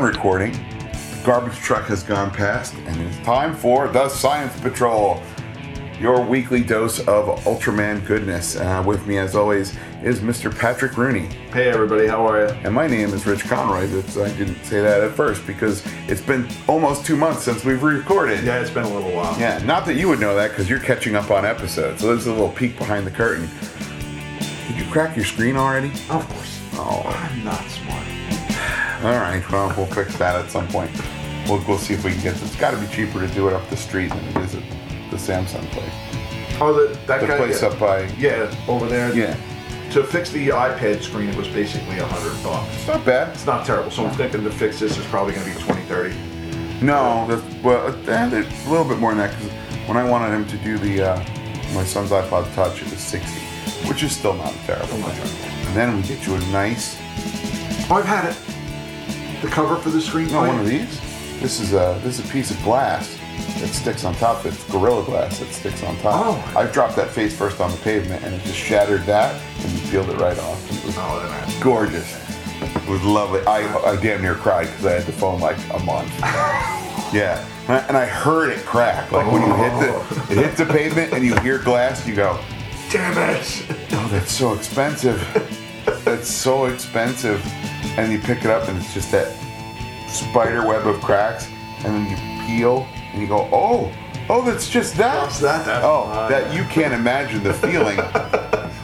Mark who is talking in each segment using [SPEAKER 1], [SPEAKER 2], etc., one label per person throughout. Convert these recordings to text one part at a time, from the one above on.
[SPEAKER 1] recording. Garbage truck has gone past, and it's time for the Science Patrol, your weekly dose of Ultraman goodness. Uh, with me, as always, is Mr. Patrick Rooney.
[SPEAKER 2] Hey everybody, how are you?
[SPEAKER 1] And my name is Rich Conroy. That's, I didn't say that at first because it's been almost two months since we've recorded.
[SPEAKER 2] Yeah, it's been a little while.
[SPEAKER 1] Yeah, not that you would know that because you're catching up on episodes. So this is a little peek behind the curtain. Did you crack your screen already?
[SPEAKER 2] Of course.
[SPEAKER 1] Oh,
[SPEAKER 2] I'm not smart.
[SPEAKER 1] all right. Well, we'll fix that at some point. We'll, we'll see if we can get. It's got to be cheaper to do it up the street than it is at the Samsung place.
[SPEAKER 2] Oh, the, that
[SPEAKER 1] The
[SPEAKER 2] guy.
[SPEAKER 1] place
[SPEAKER 2] yeah,
[SPEAKER 1] up by
[SPEAKER 2] yeah, over there.
[SPEAKER 1] yeah.
[SPEAKER 2] To fix the iPad screen, it was basically a hundred bucks.
[SPEAKER 1] It's not bad.
[SPEAKER 2] It's not terrible, so I'm thinking to fix this is probably going to be 20, 30.
[SPEAKER 1] No, that's, well, eh, there's a little bit more than that because when I wanted him to do the uh, my son's iPod Touch, it was 60, which is still not terrible.
[SPEAKER 2] Still not terrible.
[SPEAKER 1] And then we get you a nice
[SPEAKER 2] Oh, I've had it. The cover for the screen.
[SPEAKER 1] No,
[SPEAKER 2] oh,
[SPEAKER 1] one
[SPEAKER 2] yeah.
[SPEAKER 1] of these. This is a this is a piece of glass that sticks on top. It's gorilla glass that sticks on top.
[SPEAKER 2] Oh.
[SPEAKER 1] I've dropped that face first on the pavement, and it just shattered that, and peeled it right off. It was
[SPEAKER 2] Oh, then I have to
[SPEAKER 1] gorgeous. It was lovely. I, I damn near cried because I had the phone like a month. yeah, and I, and I heard it crack. Like when you hit the it hits the pavement and you hear glass, you go,
[SPEAKER 2] Damn it!
[SPEAKER 1] "Oh, that's so expensive. that's so expensive." And you pick it up, and it's just that spider web of cracks, and then you peel, and you go, "Oh, oh, that's just that."
[SPEAKER 2] That's that. That's
[SPEAKER 1] oh,
[SPEAKER 2] fine.
[SPEAKER 1] that you can't imagine the feeling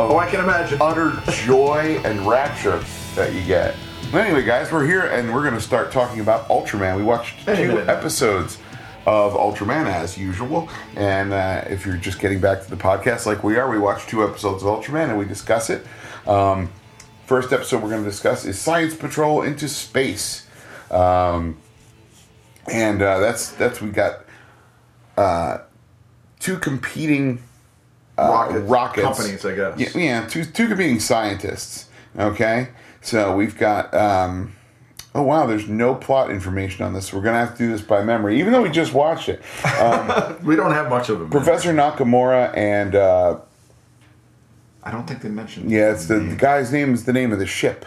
[SPEAKER 2] Oh, I can imagine.
[SPEAKER 1] utter joy and rapture that you get. But anyway, guys, we're here and we're going to start talking about Ultraman. We watched
[SPEAKER 2] Hey,
[SPEAKER 1] two
[SPEAKER 2] man.
[SPEAKER 1] episodes of Ultraman as usual. And uh, if you're just getting back to the podcast like we are, we watch two episodes of Ultraman and we discuss it. Um, first episode we're going to discuss is Science Patrol into Space. Um, and uh, that's that's we got uh, two competing
[SPEAKER 2] Rocket
[SPEAKER 1] Uh, rockets.
[SPEAKER 2] companies, I guess.
[SPEAKER 1] Yeah, yeah, two two competing scientists. Okay, so we've got. Um, oh wow, there's no plot information on this. We're gonna have to do this by memory, even though we just watched it.
[SPEAKER 2] We don't have much of them.
[SPEAKER 1] Professor Nakamura and uh,
[SPEAKER 2] I don't think they mentioned.
[SPEAKER 1] yeah, it's
[SPEAKER 2] Mm.
[SPEAKER 1] the, the guy's name is the name of the ship.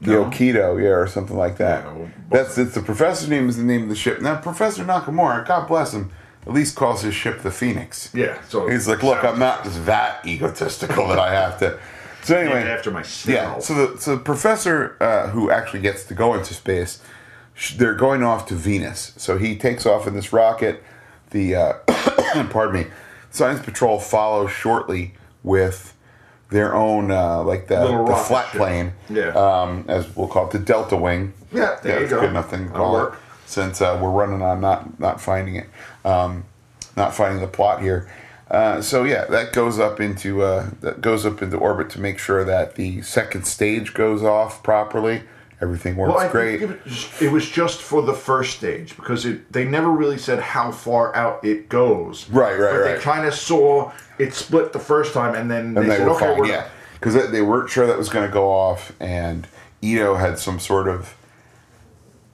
[SPEAKER 1] The
[SPEAKER 2] No.
[SPEAKER 1] Okido, yeah, or something like that.
[SPEAKER 2] Yeah, well,
[SPEAKER 1] That's it's the professor's name is the name of the ship. Now Professor Nakamura, God bless him, at least calls his ship the Phoenix.
[SPEAKER 2] Yeah. So
[SPEAKER 1] He's like, look, I'm not that egotistical that I have to. So anyway,
[SPEAKER 2] after
[SPEAKER 1] Yeah.
[SPEAKER 2] myself.
[SPEAKER 1] So the so the professor uh, who actually gets to go into space, sh- they're going off to Venus. So he takes off in this rocket. The uh, pardon me, science patrol follows shortly with their own uh, like the,
[SPEAKER 2] Little
[SPEAKER 1] the
[SPEAKER 2] rocket
[SPEAKER 1] flat
[SPEAKER 2] ship.
[SPEAKER 1] plane.
[SPEAKER 2] Yeah.
[SPEAKER 1] Um, as we'll call it, the Delta Wing.
[SPEAKER 2] Yeah, there you
[SPEAKER 1] that's
[SPEAKER 2] go.
[SPEAKER 1] Good enough thing to
[SPEAKER 2] That'll
[SPEAKER 1] call it
[SPEAKER 2] work.
[SPEAKER 1] since uh, we're running on not not finding it, um, not finding the plot here. Uh, so yeah, that goes up into uh, that goes up into orbit to make sure that the second stage goes off properly. Everything works
[SPEAKER 2] Well, I
[SPEAKER 1] great.
[SPEAKER 2] Think it, was just, it was just for the first stage because it, they never really said how far out it goes.
[SPEAKER 1] Right, right,
[SPEAKER 2] but
[SPEAKER 1] right.
[SPEAKER 2] They kind of saw it split the first time, and then
[SPEAKER 1] and
[SPEAKER 2] they,
[SPEAKER 1] they
[SPEAKER 2] said,
[SPEAKER 1] were
[SPEAKER 2] "Okay,
[SPEAKER 1] fine,
[SPEAKER 2] we're
[SPEAKER 1] yeah, because they, they weren't sure that was going to go off, and Ito had some sort of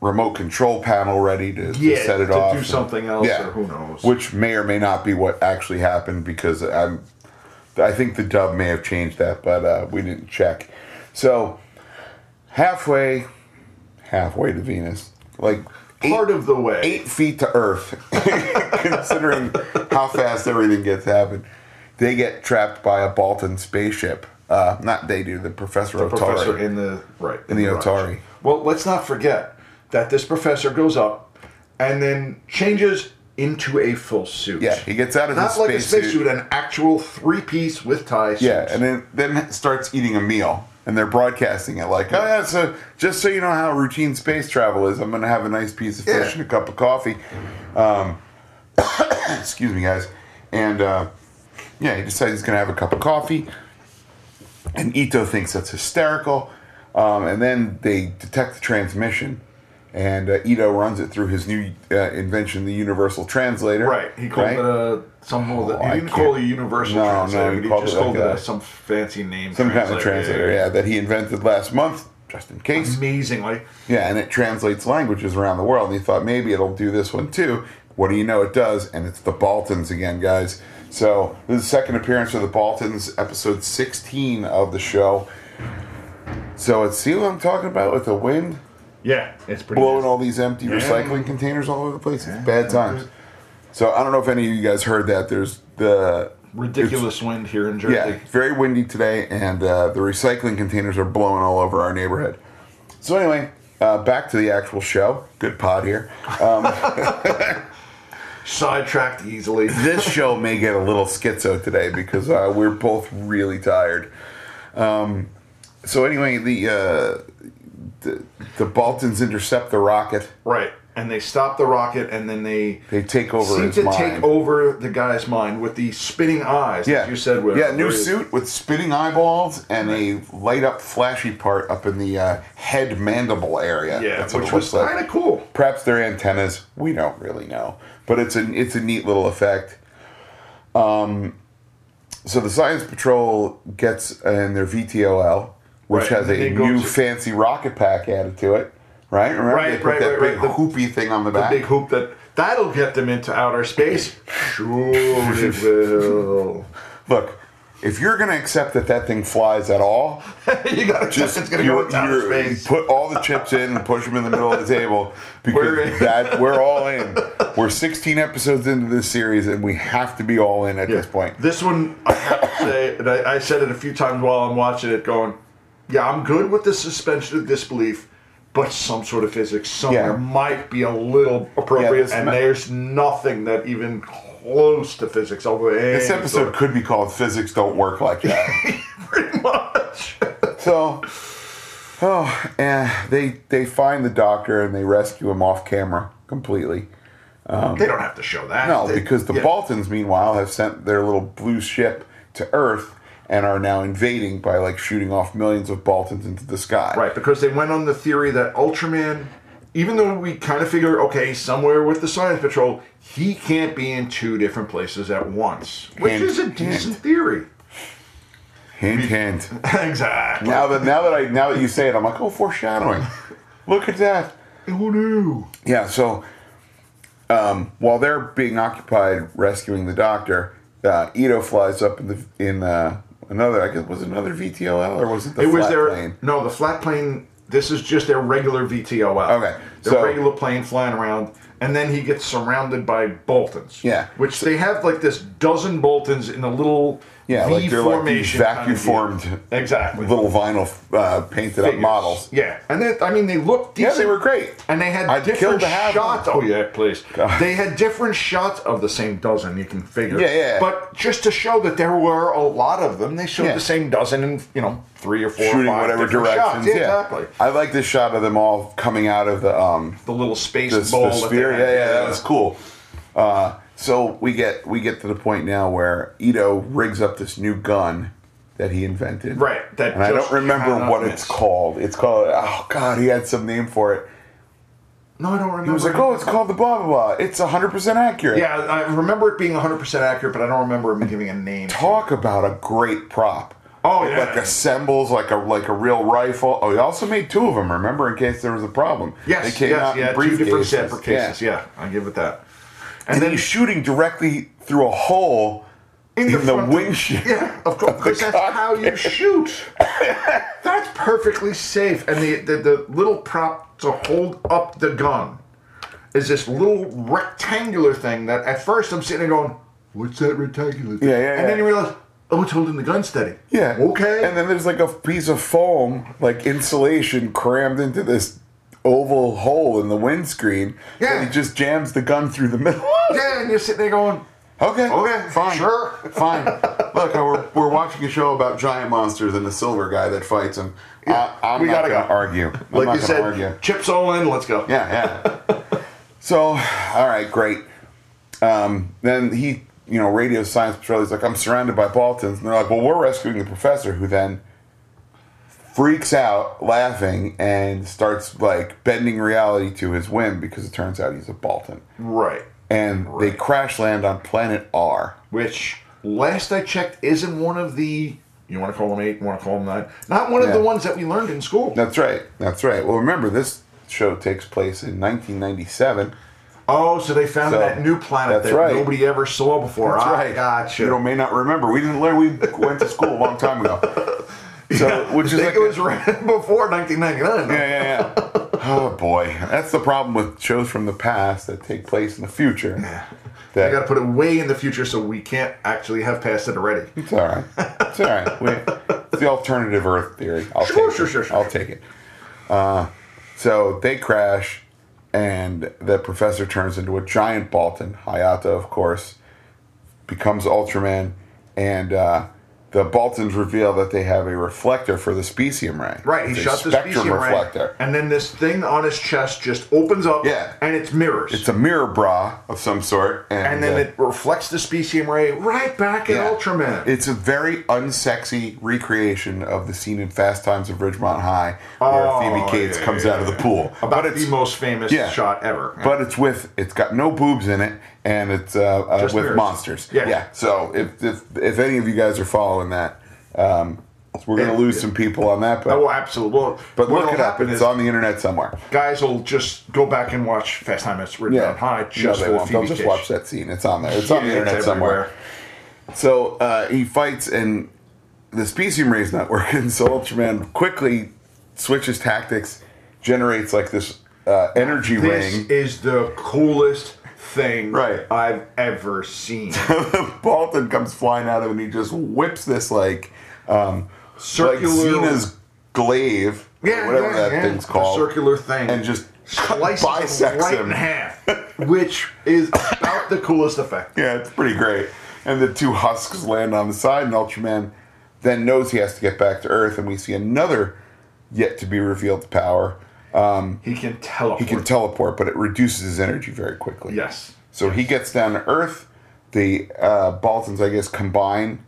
[SPEAKER 1] remote control panel ready to, to
[SPEAKER 2] Yeah,
[SPEAKER 1] set it
[SPEAKER 2] to
[SPEAKER 1] off
[SPEAKER 2] do
[SPEAKER 1] and-
[SPEAKER 2] something else or who knows.
[SPEAKER 1] which may or may not be what actually happened because I'm I think the dub may have changed that, but uh, we didn't check. So halfway, halfway to Venus, like eight-
[SPEAKER 2] part of the way."
[SPEAKER 1] eight feet to Earth, considering how fast everything gets happened. They get trapped by a Baltan spaceship. Uh, not they do, the Professor Otari.
[SPEAKER 2] professor in the right
[SPEAKER 1] In the
[SPEAKER 2] garage.
[SPEAKER 1] Atari.
[SPEAKER 2] Well, let's not forget that this professor goes up and then changes into a full suit.
[SPEAKER 1] yeah, he gets out of
[SPEAKER 2] Not
[SPEAKER 1] his
[SPEAKER 2] like a
[SPEAKER 1] spacesuit.
[SPEAKER 2] spacesuit, an actual three-piece with tie. Suit.
[SPEAKER 1] Yeah, and then then starts eating a meal, and they're broadcasting it like, oh yeah, so just so you know how routine space travel is, I'm gonna have a nice piece of fish
[SPEAKER 2] Yeah.
[SPEAKER 1] and a cup of coffee. Um, excuse me, guys, and uh, yeah, he decides he's gonna have a cup of coffee, and Ito thinks that's hysterical, um, and then they detect the transmission. And uh, Ito runs it through his new uh, invention, the Universal Translator.
[SPEAKER 2] Right. He called
[SPEAKER 1] right?
[SPEAKER 2] it a some. Oh,
[SPEAKER 1] I
[SPEAKER 2] he didn't call
[SPEAKER 1] can't-
[SPEAKER 2] it a universal
[SPEAKER 1] No, no,
[SPEAKER 2] translator.
[SPEAKER 1] he
[SPEAKER 2] but he
[SPEAKER 1] called
[SPEAKER 2] just
[SPEAKER 1] it like
[SPEAKER 2] called it
[SPEAKER 1] a-
[SPEAKER 2] a, some fancy name.
[SPEAKER 1] some kind of translator, yeah, that he invented last month, just in case.
[SPEAKER 2] Amazingly,
[SPEAKER 1] Yeah, and it translates languages around the world. And he thought maybe it'll do this one too. What do you know? It does, and it's the Baltans again, guys. So this is the second appearance of the Baltans, episode sixteen of the show. So it's see what I'm talking about with the wind.
[SPEAKER 2] Yeah, it's pretty.
[SPEAKER 1] blowing
[SPEAKER 2] nasty.
[SPEAKER 1] all these empty
[SPEAKER 2] Yeah.
[SPEAKER 1] recycling containers all over the place. It's bad times. So I don't know if any of you guys heard that. There's the
[SPEAKER 2] Ridiculous wind here in Jersey.
[SPEAKER 1] Yeah, it's very windy today, and uh, the recycling containers are blowing all over our neighborhood. So anyway, uh, back to the actual show. Good pod here.
[SPEAKER 2] Sidetracked easily.
[SPEAKER 1] this show may get a little schizo today because uh, we're both really tired. Um, so anyway, the, uh, the the Baltans intercept the rocket.
[SPEAKER 2] right. And they stop the rocket and then they
[SPEAKER 1] They take over
[SPEAKER 2] seem
[SPEAKER 1] his
[SPEAKER 2] to
[SPEAKER 1] mind.
[SPEAKER 2] take over the guy's mind with the spinning eyes.
[SPEAKER 1] Yeah,
[SPEAKER 2] As you said with
[SPEAKER 1] yeah, new
[SPEAKER 2] with-
[SPEAKER 1] suit with spinning eyeballs and a light up flashy part up in the uh, head mandible area.
[SPEAKER 2] Yeah,
[SPEAKER 1] That's what
[SPEAKER 2] which
[SPEAKER 1] it
[SPEAKER 2] was
[SPEAKER 1] looks like.
[SPEAKER 2] kind of cool.
[SPEAKER 1] Perhaps they're antennas. We don't really know, but it's a it's a neat little effect. Um, so the science patrol gets uh, in their VTOL, which
[SPEAKER 2] Right,
[SPEAKER 1] has
[SPEAKER 2] and
[SPEAKER 1] a
[SPEAKER 2] they go
[SPEAKER 1] new
[SPEAKER 2] to-
[SPEAKER 1] fancy rocket pack added to it. Right, remember
[SPEAKER 2] Right,
[SPEAKER 1] they put
[SPEAKER 2] right,
[SPEAKER 1] that
[SPEAKER 2] right,
[SPEAKER 1] big
[SPEAKER 2] right, the-
[SPEAKER 1] hoopy thing on the
[SPEAKER 2] The
[SPEAKER 1] back.
[SPEAKER 2] big hoop that that'll get them into outer space. Sure it will.
[SPEAKER 1] Look, if you're going to accept that that thing flies at all,
[SPEAKER 2] you got to
[SPEAKER 1] just
[SPEAKER 2] just it's gonna go
[SPEAKER 1] you're-
[SPEAKER 2] into outer
[SPEAKER 1] you're-
[SPEAKER 2] space.
[SPEAKER 1] Put all the chips in and push them in the middle of the table because
[SPEAKER 2] We're in.
[SPEAKER 1] that we're all in. We're 16 episodes into this series and we have to be all in at this point.
[SPEAKER 2] This one, I have to say, and I, I said it a few times while I'm watching it, going, yeah, I'm good with the suspension of disbelief, but some sort of physics somewhere
[SPEAKER 1] Yeah.
[SPEAKER 2] might be a little appropriate,
[SPEAKER 1] this
[SPEAKER 2] and
[SPEAKER 1] ma-
[SPEAKER 2] there's nothing that even close to physics. Over
[SPEAKER 1] This episode could be called "Physics Don't Work Like That."
[SPEAKER 2] pretty much.
[SPEAKER 1] so, oh, and they they find the doctor and they rescue him off camera completely.
[SPEAKER 2] they don't have to show
[SPEAKER 1] Um,
[SPEAKER 2] that.
[SPEAKER 1] No,
[SPEAKER 2] They-
[SPEAKER 1] because the
[SPEAKER 2] yeah.
[SPEAKER 1] Baltans, meanwhile, have sent their little blue ship to Earth and are now invading by like shooting off millions of Baltans into the sky.
[SPEAKER 2] Right, because they went on the theory that Ultraman, even though we kind of figure, okay, somewhere with the Science Patrol, he can't be in two different places at once, which
[SPEAKER 1] Hint,
[SPEAKER 2] is a
[SPEAKER 1] hint.
[SPEAKER 2] decent theory.
[SPEAKER 1] Hint, hint.
[SPEAKER 2] exactly.
[SPEAKER 1] Now that now that I now that you say it, I'm like, oh, foreshadowing. Look at that.
[SPEAKER 2] Oh no.
[SPEAKER 1] Yeah. So um, while they're being occupied rescuing the doctor, uh, Ito flies up in the in uh, another. I guess was it another VTOL or was it the
[SPEAKER 2] It was
[SPEAKER 1] flat
[SPEAKER 2] their
[SPEAKER 1] plane?
[SPEAKER 2] no, the flat plane. This is just their regular VTOL.
[SPEAKER 1] Okay,
[SPEAKER 2] their
[SPEAKER 1] so-
[SPEAKER 2] regular plane flying around, and then he gets surrounded by Boltons.
[SPEAKER 1] Yeah.
[SPEAKER 2] which they have like this dozen Boltons in a little
[SPEAKER 1] Yeah,
[SPEAKER 2] V
[SPEAKER 1] like they're like these
[SPEAKER 2] formation, kind
[SPEAKER 1] vacuum
[SPEAKER 2] of deal.
[SPEAKER 1] formed
[SPEAKER 2] exactly
[SPEAKER 1] little vinyl uh, painted up
[SPEAKER 2] Figures.
[SPEAKER 1] models.
[SPEAKER 2] Yeah, and they, I mean they looked
[SPEAKER 1] Yeah,
[SPEAKER 2] decent.
[SPEAKER 1] they were great.
[SPEAKER 2] And they had
[SPEAKER 1] I'd kill
[SPEAKER 2] different
[SPEAKER 1] to have
[SPEAKER 2] shots.
[SPEAKER 1] one.
[SPEAKER 2] Oh yeah, please.
[SPEAKER 1] God.
[SPEAKER 2] They had different shots of the same dozen. You can figure.
[SPEAKER 1] Yeah, yeah.
[SPEAKER 2] But just to show that there were a lot of them, they showed
[SPEAKER 1] Yeah.
[SPEAKER 2] the same dozen in you know three or four, or
[SPEAKER 1] Shooting
[SPEAKER 2] five
[SPEAKER 1] whatever
[SPEAKER 2] different shots.
[SPEAKER 1] directions.
[SPEAKER 2] Yeah,
[SPEAKER 1] yeah,
[SPEAKER 2] exactly.
[SPEAKER 1] I like this shot of them all coming out of the um,
[SPEAKER 2] The little space
[SPEAKER 1] the,
[SPEAKER 2] bowl.
[SPEAKER 1] the
[SPEAKER 2] that they
[SPEAKER 1] sphere.
[SPEAKER 2] had.
[SPEAKER 1] Yeah, yeah, that was cool. Uh, so we get we get to the point now where Ito rigs up this new gun that he invented.
[SPEAKER 2] Right, that
[SPEAKER 1] and I
[SPEAKER 2] just
[SPEAKER 1] don't remember
[SPEAKER 2] cannot
[SPEAKER 1] what
[SPEAKER 2] miss.
[SPEAKER 1] it's called. It's called oh god, he had some name for it.
[SPEAKER 2] No, I don't remember.
[SPEAKER 1] He was like, oh, it's called the blah blah blah. It's hundred percent accurate.
[SPEAKER 2] Yeah, I remember it being 100% accurate, but I don't remember him giving a name.
[SPEAKER 1] Talk about a great prop.
[SPEAKER 2] Oh,
[SPEAKER 1] It,
[SPEAKER 2] yeah.
[SPEAKER 1] Like assembles like a like a real rifle. Oh, he also made two of them. Remember, in case there was a problem.
[SPEAKER 2] Yes,
[SPEAKER 1] they came
[SPEAKER 2] yes,
[SPEAKER 1] out in
[SPEAKER 2] yeah, two different
[SPEAKER 1] briefcases.
[SPEAKER 2] separate cases. Yeah. I give it that. And,
[SPEAKER 1] and
[SPEAKER 2] then
[SPEAKER 1] then he's shooting directly through a hole in, the,
[SPEAKER 2] front-
[SPEAKER 1] windshield.
[SPEAKER 2] Yeah, of course, because that's
[SPEAKER 1] cockpit.
[SPEAKER 2] how you shoot. that's perfectly safe. And the, the, the little prop to hold up the gun is this little rectangular thing that at first I'm sitting there going, what's that rectangular thing?
[SPEAKER 1] Yeah, yeah,
[SPEAKER 2] And then
[SPEAKER 1] yeah.
[SPEAKER 2] you realize, oh, it's holding the gun steady.
[SPEAKER 1] Yeah.
[SPEAKER 2] Okay.
[SPEAKER 1] And then there's like a piece of foam, like insulation, crammed into this oval hole in the windscreen.
[SPEAKER 2] Yeah.
[SPEAKER 1] And he just jams the gun through the middle.
[SPEAKER 2] yeah, and you're sitting there going,
[SPEAKER 1] okay.
[SPEAKER 2] Okay,
[SPEAKER 1] Fine.
[SPEAKER 2] sure.
[SPEAKER 1] Fine. Look, uh, we're, we're watching a show about giant monsters and a silver guy that fights them. I, I'm
[SPEAKER 2] we
[SPEAKER 1] not
[SPEAKER 2] gotta
[SPEAKER 1] gonna
[SPEAKER 2] go.
[SPEAKER 1] argue. I'm not
[SPEAKER 2] like you
[SPEAKER 1] gonna
[SPEAKER 2] said,
[SPEAKER 1] argue.
[SPEAKER 2] chips all in, let's go.
[SPEAKER 1] Yeah, yeah. so, all right, great. Um, then he, you know, radio science patrol. He's like, I'm surrounded by Baltans, and they're like, Well, we're rescuing the professor, who then freaks out, laughing, and starts like bending reality to his whim because it turns out he's a Baltan,
[SPEAKER 2] Right.
[SPEAKER 1] and they
[SPEAKER 2] Right.
[SPEAKER 1] crash land on planet R.
[SPEAKER 2] which last I checked isn't one of the you want to call them eight, you want to call them nine, not one of
[SPEAKER 1] Yeah.
[SPEAKER 2] the ones that we learned in school.
[SPEAKER 1] That's right. That's right. Well, remember this show takes place in 1997.
[SPEAKER 2] Oh, so they found
[SPEAKER 1] So,
[SPEAKER 2] that new planet
[SPEAKER 1] that's
[SPEAKER 2] that
[SPEAKER 1] right.
[SPEAKER 2] nobody ever saw before.
[SPEAKER 1] That's
[SPEAKER 2] I
[SPEAKER 1] right.
[SPEAKER 2] gotcha.
[SPEAKER 1] You know, may not remember. We didn't learn. We went to school a long time ago. So, which
[SPEAKER 2] I
[SPEAKER 1] is
[SPEAKER 2] think
[SPEAKER 1] like
[SPEAKER 2] it was right before 1999. though.
[SPEAKER 1] yeah, yeah, yeah. Oh boy, that's the problem with shows from the past that take place in the future.
[SPEAKER 2] I got to
[SPEAKER 1] That
[SPEAKER 2] put it way in the future so we can't actually have passed it already.
[SPEAKER 1] it's all right. It's all right. We, it's the alternative Earth theory. I'll
[SPEAKER 2] Sure,
[SPEAKER 1] take
[SPEAKER 2] sure,
[SPEAKER 1] it.
[SPEAKER 2] sure, sure.
[SPEAKER 1] I'll take it. Uh, so they crash, and the professor turns into a giant Balton. Hayata, of course, becomes Ultraman, and uh, the Baltons reveal that they have a reflector for the specium ray.
[SPEAKER 2] Right, he
[SPEAKER 1] It's a
[SPEAKER 2] shot the
[SPEAKER 1] spectrum
[SPEAKER 2] specium
[SPEAKER 1] reflector.
[SPEAKER 2] ray, and then this thing on his chest just opens up,
[SPEAKER 1] Yeah.
[SPEAKER 2] and it's mirrors,
[SPEAKER 1] It's a mirror bra of some sort, and,
[SPEAKER 2] and then
[SPEAKER 1] uh,
[SPEAKER 2] it reflects the specium ray right back at
[SPEAKER 1] Yeah.
[SPEAKER 2] Ultraman.
[SPEAKER 1] It's a very unsexy recreation of the scene in Fast Times of Ridgemont High where
[SPEAKER 2] Oh,
[SPEAKER 1] Phoebe Cates
[SPEAKER 2] yeah,
[SPEAKER 1] comes
[SPEAKER 2] yeah,
[SPEAKER 1] out of the
[SPEAKER 2] yeah.
[SPEAKER 1] pool.
[SPEAKER 2] about
[SPEAKER 1] but it's
[SPEAKER 2] the most famous
[SPEAKER 1] Yeah.
[SPEAKER 2] shot ever.
[SPEAKER 1] but it's with it's got no boobs in it, and it's uh, uh,
[SPEAKER 2] Just
[SPEAKER 1] with
[SPEAKER 2] mirrors.
[SPEAKER 1] monsters.
[SPEAKER 2] Yeah.
[SPEAKER 1] So if, if if any of you guys are following that, um, we're gonna
[SPEAKER 2] Yeah,
[SPEAKER 1] lose
[SPEAKER 2] yeah.
[SPEAKER 1] some people on that, but
[SPEAKER 2] oh, well, absolutely. Well,
[SPEAKER 1] but look
[SPEAKER 2] what'll
[SPEAKER 1] it up.
[SPEAKER 2] happen
[SPEAKER 1] It's
[SPEAKER 2] is
[SPEAKER 1] on the internet somewhere.
[SPEAKER 2] guys will just go back and watch Fast Time at Ridgemont High just
[SPEAKER 1] no,
[SPEAKER 2] for
[SPEAKER 1] they
[SPEAKER 2] the
[SPEAKER 1] won't.
[SPEAKER 2] Phoebe
[SPEAKER 1] They'll just
[SPEAKER 2] Cates.
[SPEAKER 1] watch that scene. It's on there. It's on the
[SPEAKER 2] Yeah, it's
[SPEAKER 1] internet somewhere.
[SPEAKER 2] everywhere.
[SPEAKER 1] So uh, he fights, and the specium ray's not working. So Ultraman quickly switches tactics, generates like this uh, energy
[SPEAKER 2] This
[SPEAKER 1] ring.
[SPEAKER 2] is the coolest thing
[SPEAKER 1] Right.
[SPEAKER 2] I've ever seen.
[SPEAKER 1] Balton comes flying out of it, and he just whips this like um,
[SPEAKER 2] Circular-
[SPEAKER 1] like Xena's glaive,
[SPEAKER 2] Yeah,
[SPEAKER 1] or whatever
[SPEAKER 2] yeah,
[SPEAKER 1] that
[SPEAKER 2] yeah.
[SPEAKER 1] thing's
[SPEAKER 2] The
[SPEAKER 1] called,
[SPEAKER 2] circular thing.
[SPEAKER 1] and just cut-
[SPEAKER 2] Slices them
[SPEAKER 1] bisects
[SPEAKER 2] right
[SPEAKER 1] him.
[SPEAKER 2] in half, which is about the coolest effect.
[SPEAKER 1] Yeah, it's pretty great. And the two husks land on the side, and Ultraman then knows he has to get back to Earth, and we see another yet to be revealed power. Um,
[SPEAKER 2] He can teleport.
[SPEAKER 1] he can teleport, but it reduces his energy very quickly.
[SPEAKER 2] yes.
[SPEAKER 1] So he gets down to Earth. The uh, Baltons, I guess, combine.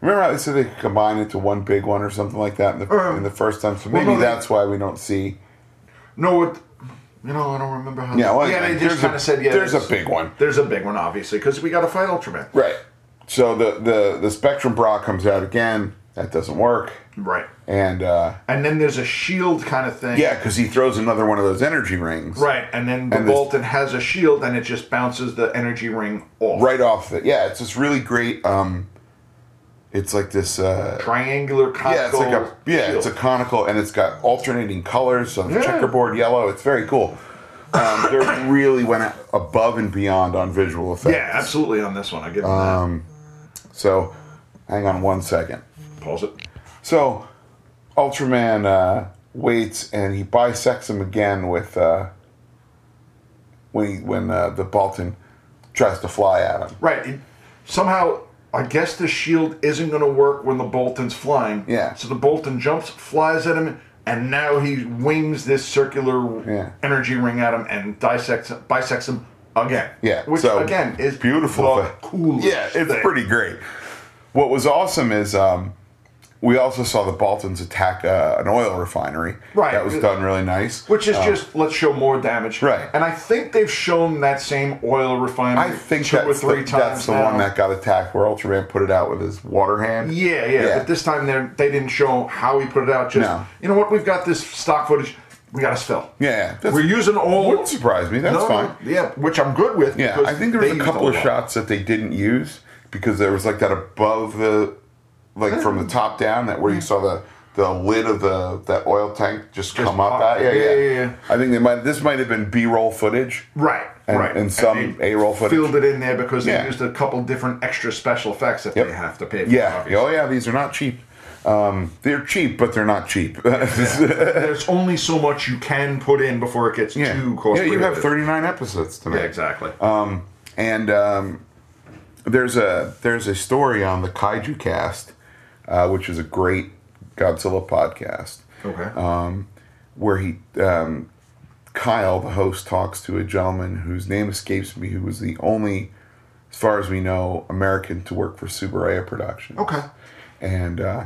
[SPEAKER 1] Remember how they said they could combine into one big one or something like that in the,
[SPEAKER 2] Uh,
[SPEAKER 1] in the first time? So
[SPEAKER 2] well,
[SPEAKER 1] maybe
[SPEAKER 2] no, they-
[SPEAKER 1] that's why we don't see.
[SPEAKER 2] No, what? You know, I don't remember how.
[SPEAKER 1] Yeah, well,
[SPEAKER 2] yeah. They
[SPEAKER 1] there's
[SPEAKER 2] just
[SPEAKER 1] a-
[SPEAKER 2] kind of said, yeah.
[SPEAKER 1] there's a big one.
[SPEAKER 2] There's a big one, obviously, because we got to fight Ultraman.
[SPEAKER 1] Right. So the, the, the Spectrum Bra comes out again. That doesn't work.
[SPEAKER 2] Right.
[SPEAKER 1] And. Uh,
[SPEAKER 2] And then there's a shield kind of thing.
[SPEAKER 1] Yeah, because he throws another one of those energy rings.
[SPEAKER 2] Right. And then the
[SPEAKER 1] And this-
[SPEAKER 2] Bolton has a shield, and it just bounces the energy ring off.
[SPEAKER 1] Right off it. Yeah, it's this really great um it's like this uh
[SPEAKER 2] Triangular
[SPEAKER 1] yeah, it's
[SPEAKER 2] conical.
[SPEAKER 1] like a yeah,
[SPEAKER 2] shield.
[SPEAKER 1] it's a conical and it's got alternating colors, so the
[SPEAKER 2] Yeah.
[SPEAKER 1] checkerboard yellow, it's very cool. Um, they really went a- above and beyond on visual effects.
[SPEAKER 2] Yeah, absolutely. On this one, I give him
[SPEAKER 1] Um, So hang on one second.
[SPEAKER 2] that. Pause it.
[SPEAKER 1] So Ultraman uh, waits and he bisects him again with uh, when he, when uh, the Balton tries to fly at him.
[SPEAKER 2] Right. it- somehow, I guess the shield isn't going to work when the Bolton's flying.
[SPEAKER 1] Yeah.
[SPEAKER 2] So the Bolton jumps, flies at him, and now he wings this circular
[SPEAKER 1] Yeah.
[SPEAKER 2] energy ring at him and dissects bisects him again.
[SPEAKER 1] Yeah,
[SPEAKER 2] Which
[SPEAKER 1] so,
[SPEAKER 2] again is
[SPEAKER 1] beautiful
[SPEAKER 2] The
[SPEAKER 1] effect.
[SPEAKER 2] coolest.
[SPEAKER 1] Yeah, it's
[SPEAKER 2] thing.
[SPEAKER 1] pretty great. What was awesome is um, we also saw the Baltons attack uh, an oil refinery.
[SPEAKER 2] Right.
[SPEAKER 1] that was done really nice.
[SPEAKER 2] Which is just let's show more damage.
[SPEAKER 1] Um, Right.
[SPEAKER 2] And I think they've shown that same oil refinery
[SPEAKER 1] I think
[SPEAKER 2] two
[SPEAKER 1] that's
[SPEAKER 2] or three
[SPEAKER 1] the,
[SPEAKER 2] times.
[SPEAKER 1] that's the
[SPEAKER 2] now.
[SPEAKER 1] one that got attacked where Ultraman put it out with his water hand.
[SPEAKER 2] Yeah, yeah,
[SPEAKER 1] Yeah.
[SPEAKER 2] But this time they they didn't show how he put it out. Just
[SPEAKER 1] No.
[SPEAKER 2] you know what? We've got this stock footage. We got a spill.
[SPEAKER 1] yeah, that's-
[SPEAKER 2] We're using oil.
[SPEAKER 1] Wouldn't surprise me. That's
[SPEAKER 2] No,
[SPEAKER 1] fine.
[SPEAKER 2] Yeah, which I'm good with.
[SPEAKER 1] Yeah,
[SPEAKER 2] because
[SPEAKER 1] I think there was
[SPEAKER 2] they
[SPEAKER 1] a
[SPEAKER 2] used
[SPEAKER 1] couple of
[SPEAKER 2] lot.
[SPEAKER 1] shots that they didn't use because there was like that above the, like from the top down, that where you saw the the lid of the that oil tank just, come up.
[SPEAKER 2] pop-
[SPEAKER 1] out. Yeah,
[SPEAKER 2] yeah,
[SPEAKER 1] yeah,
[SPEAKER 2] yeah, yeah.
[SPEAKER 1] I think they might. This might have been B roll footage.
[SPEAKER 2] Right,
[SPEAKER 1] And-
[SPEAKER 2] right.
[SPEAKER 1] and some
[SPEAKER 2] they
[SPEAKER 1] A-roll footage.
[SPEAKER 2] Filled it in there because
[SPEAKER 1] Yeah.
[SPEAKER 2] they used a couple different extra special effects that
[SPEAKER 1] Yep.
[SPEAKER 2] they have to pay for.
[SPEAKER 1] Yeah.
[SPEAKER 2] obviously.
[SPEAKER 1] Oh yeah, these are not cheap. Um, they're cheap, but they're not cheap.
[SPEAKER 2] There's only so much you can put in before it gets
[SPEAKER 1] yeah.
[SPEAKER 2] too cost
[SPEAKER 1] yeah, you have Uh,
[SPEAKER 2] prohibitive.
[SPEAKER 1] 39 episodes tonight.
[SPEAKER 2] Yeah, exactly.
[SPEAKER 1] and um, there's a there's a story on the Kaiju Cast, uh, which is a great Godzilla podcast,
[SPEAKER 2] okay.
[SPEAKER 1] where he um, Kyle, the host, talks to a gentleman whose name escapes me, who was the only, as far as we know, American to work for Subaraya Productions.
[SPEAKER 2] okay.
[SPEAKER 1] And uh,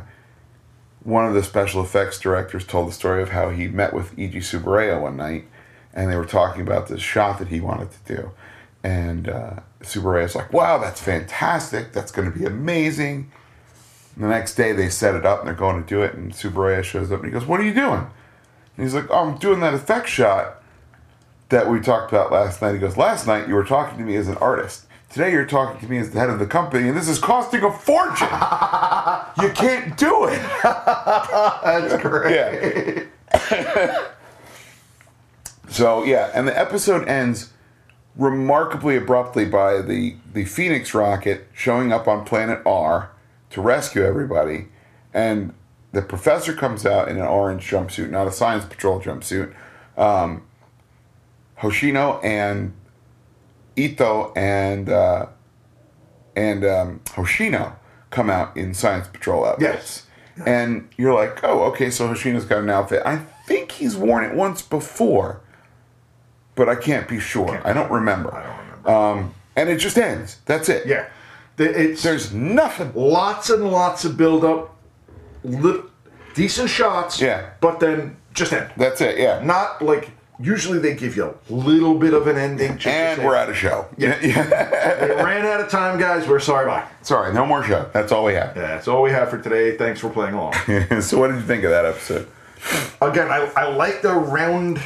[SPEAKER 1] one of the special effects directors told the story of how he met with E.G. Subaraya one night, and they were talking about this shot that he wanted to do. And uh, Subaraya's like, wow, that's fantastic. That's going to be amazing. And the next day they set it up and they're going to do it, and Subaraya shows up and he goes, what are you doing? And he's like, oh, I'm doing that effect shot that we talked about last night. He goes, last night you were talking to me as an artist. Today you're talking to me as the head of the company, and this is costing a fortune. you can't do it.
[SPEAKER 2] That's great.
[SPEAKER 1] Yeah. So yeah, and the episode ends remarkably abruptly by the the Phoenix rocket showing up on planet R to rescue everybody, and the professor comes out in an orange jumpsuit, not a science patrol jumpsuit. Um, Hoshino and Ito and uh, and um, Hoshino come out in science patrol outfits. And you're like, oh, okay, so Hoshino's got an outfit. I think he's worn it once before, but I can't be sure. I don't remember.
[SPEAKER 2] I don't remember.
[SPEAKER 1] Um, and it just ends. That's it.
[SPEAKER 2] yeah, The- it's
[SPEAKER 1] There's nothing.
[SPEAKER 2] lots and lots of build up, lit- decent shots.
[SPEAKER 1] Yeah.
[SPEAKER 2] but then just end.
[SPEAKER 1] That's it. Yeah.
[SPEAKER 2] Not like usually they give you a little bit of an ending. Just to
[SPEAKER 1] and
[SPEAKER 2] say,
[SPEAKER 1] we're out of show. Yeah.
[SPEAKER 2] we ran out of time, guys. We're sorry. Bye.
[SPEAKER 1] Sorry, no more show. That's all we have.
[SPEAKER 2] That's all we have for today. Thanks for playing along.
[SPEAKER 1] so, what did you think of that episode?
[SPEAKER 2] Again, I, I like the round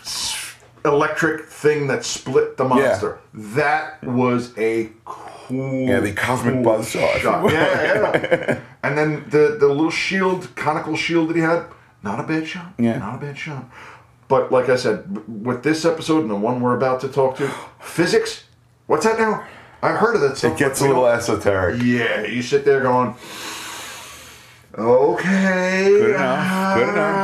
[SPEAKER 2] s- electric thing that split the monster. That was a cool.
[SPEAKER 1] Yeah, the cosmic
[SPEAKER 2] cool
[SPEAKER 1] buzzsaw, if you
[SPEAKER 2] Shot.
[SPEAKER 1] will.
[SPEAKER 2] Yeah, yeah. and then the, the little shield, conical shield that he had, not a bad shot.
[SPEAKER 1] Yeah.
[SPEAKER 2] Not a bad shot. But like I said, w- with this episode and the one we're about to talk to, physics, what's that now? I've heard of that stuff.
[SPEAKER 1] It gets
[SPEAKER 2] but
[SPEAKER 1] a
[SPEAKER 2] we
[SPEAKER 1] little
[SPEAKER 2] don't-
[SPEAKER 1] esoteric.
[SPEAKER 2] yeah, you sit there going, okay, good
[SPEAKER 1] enough, good enough."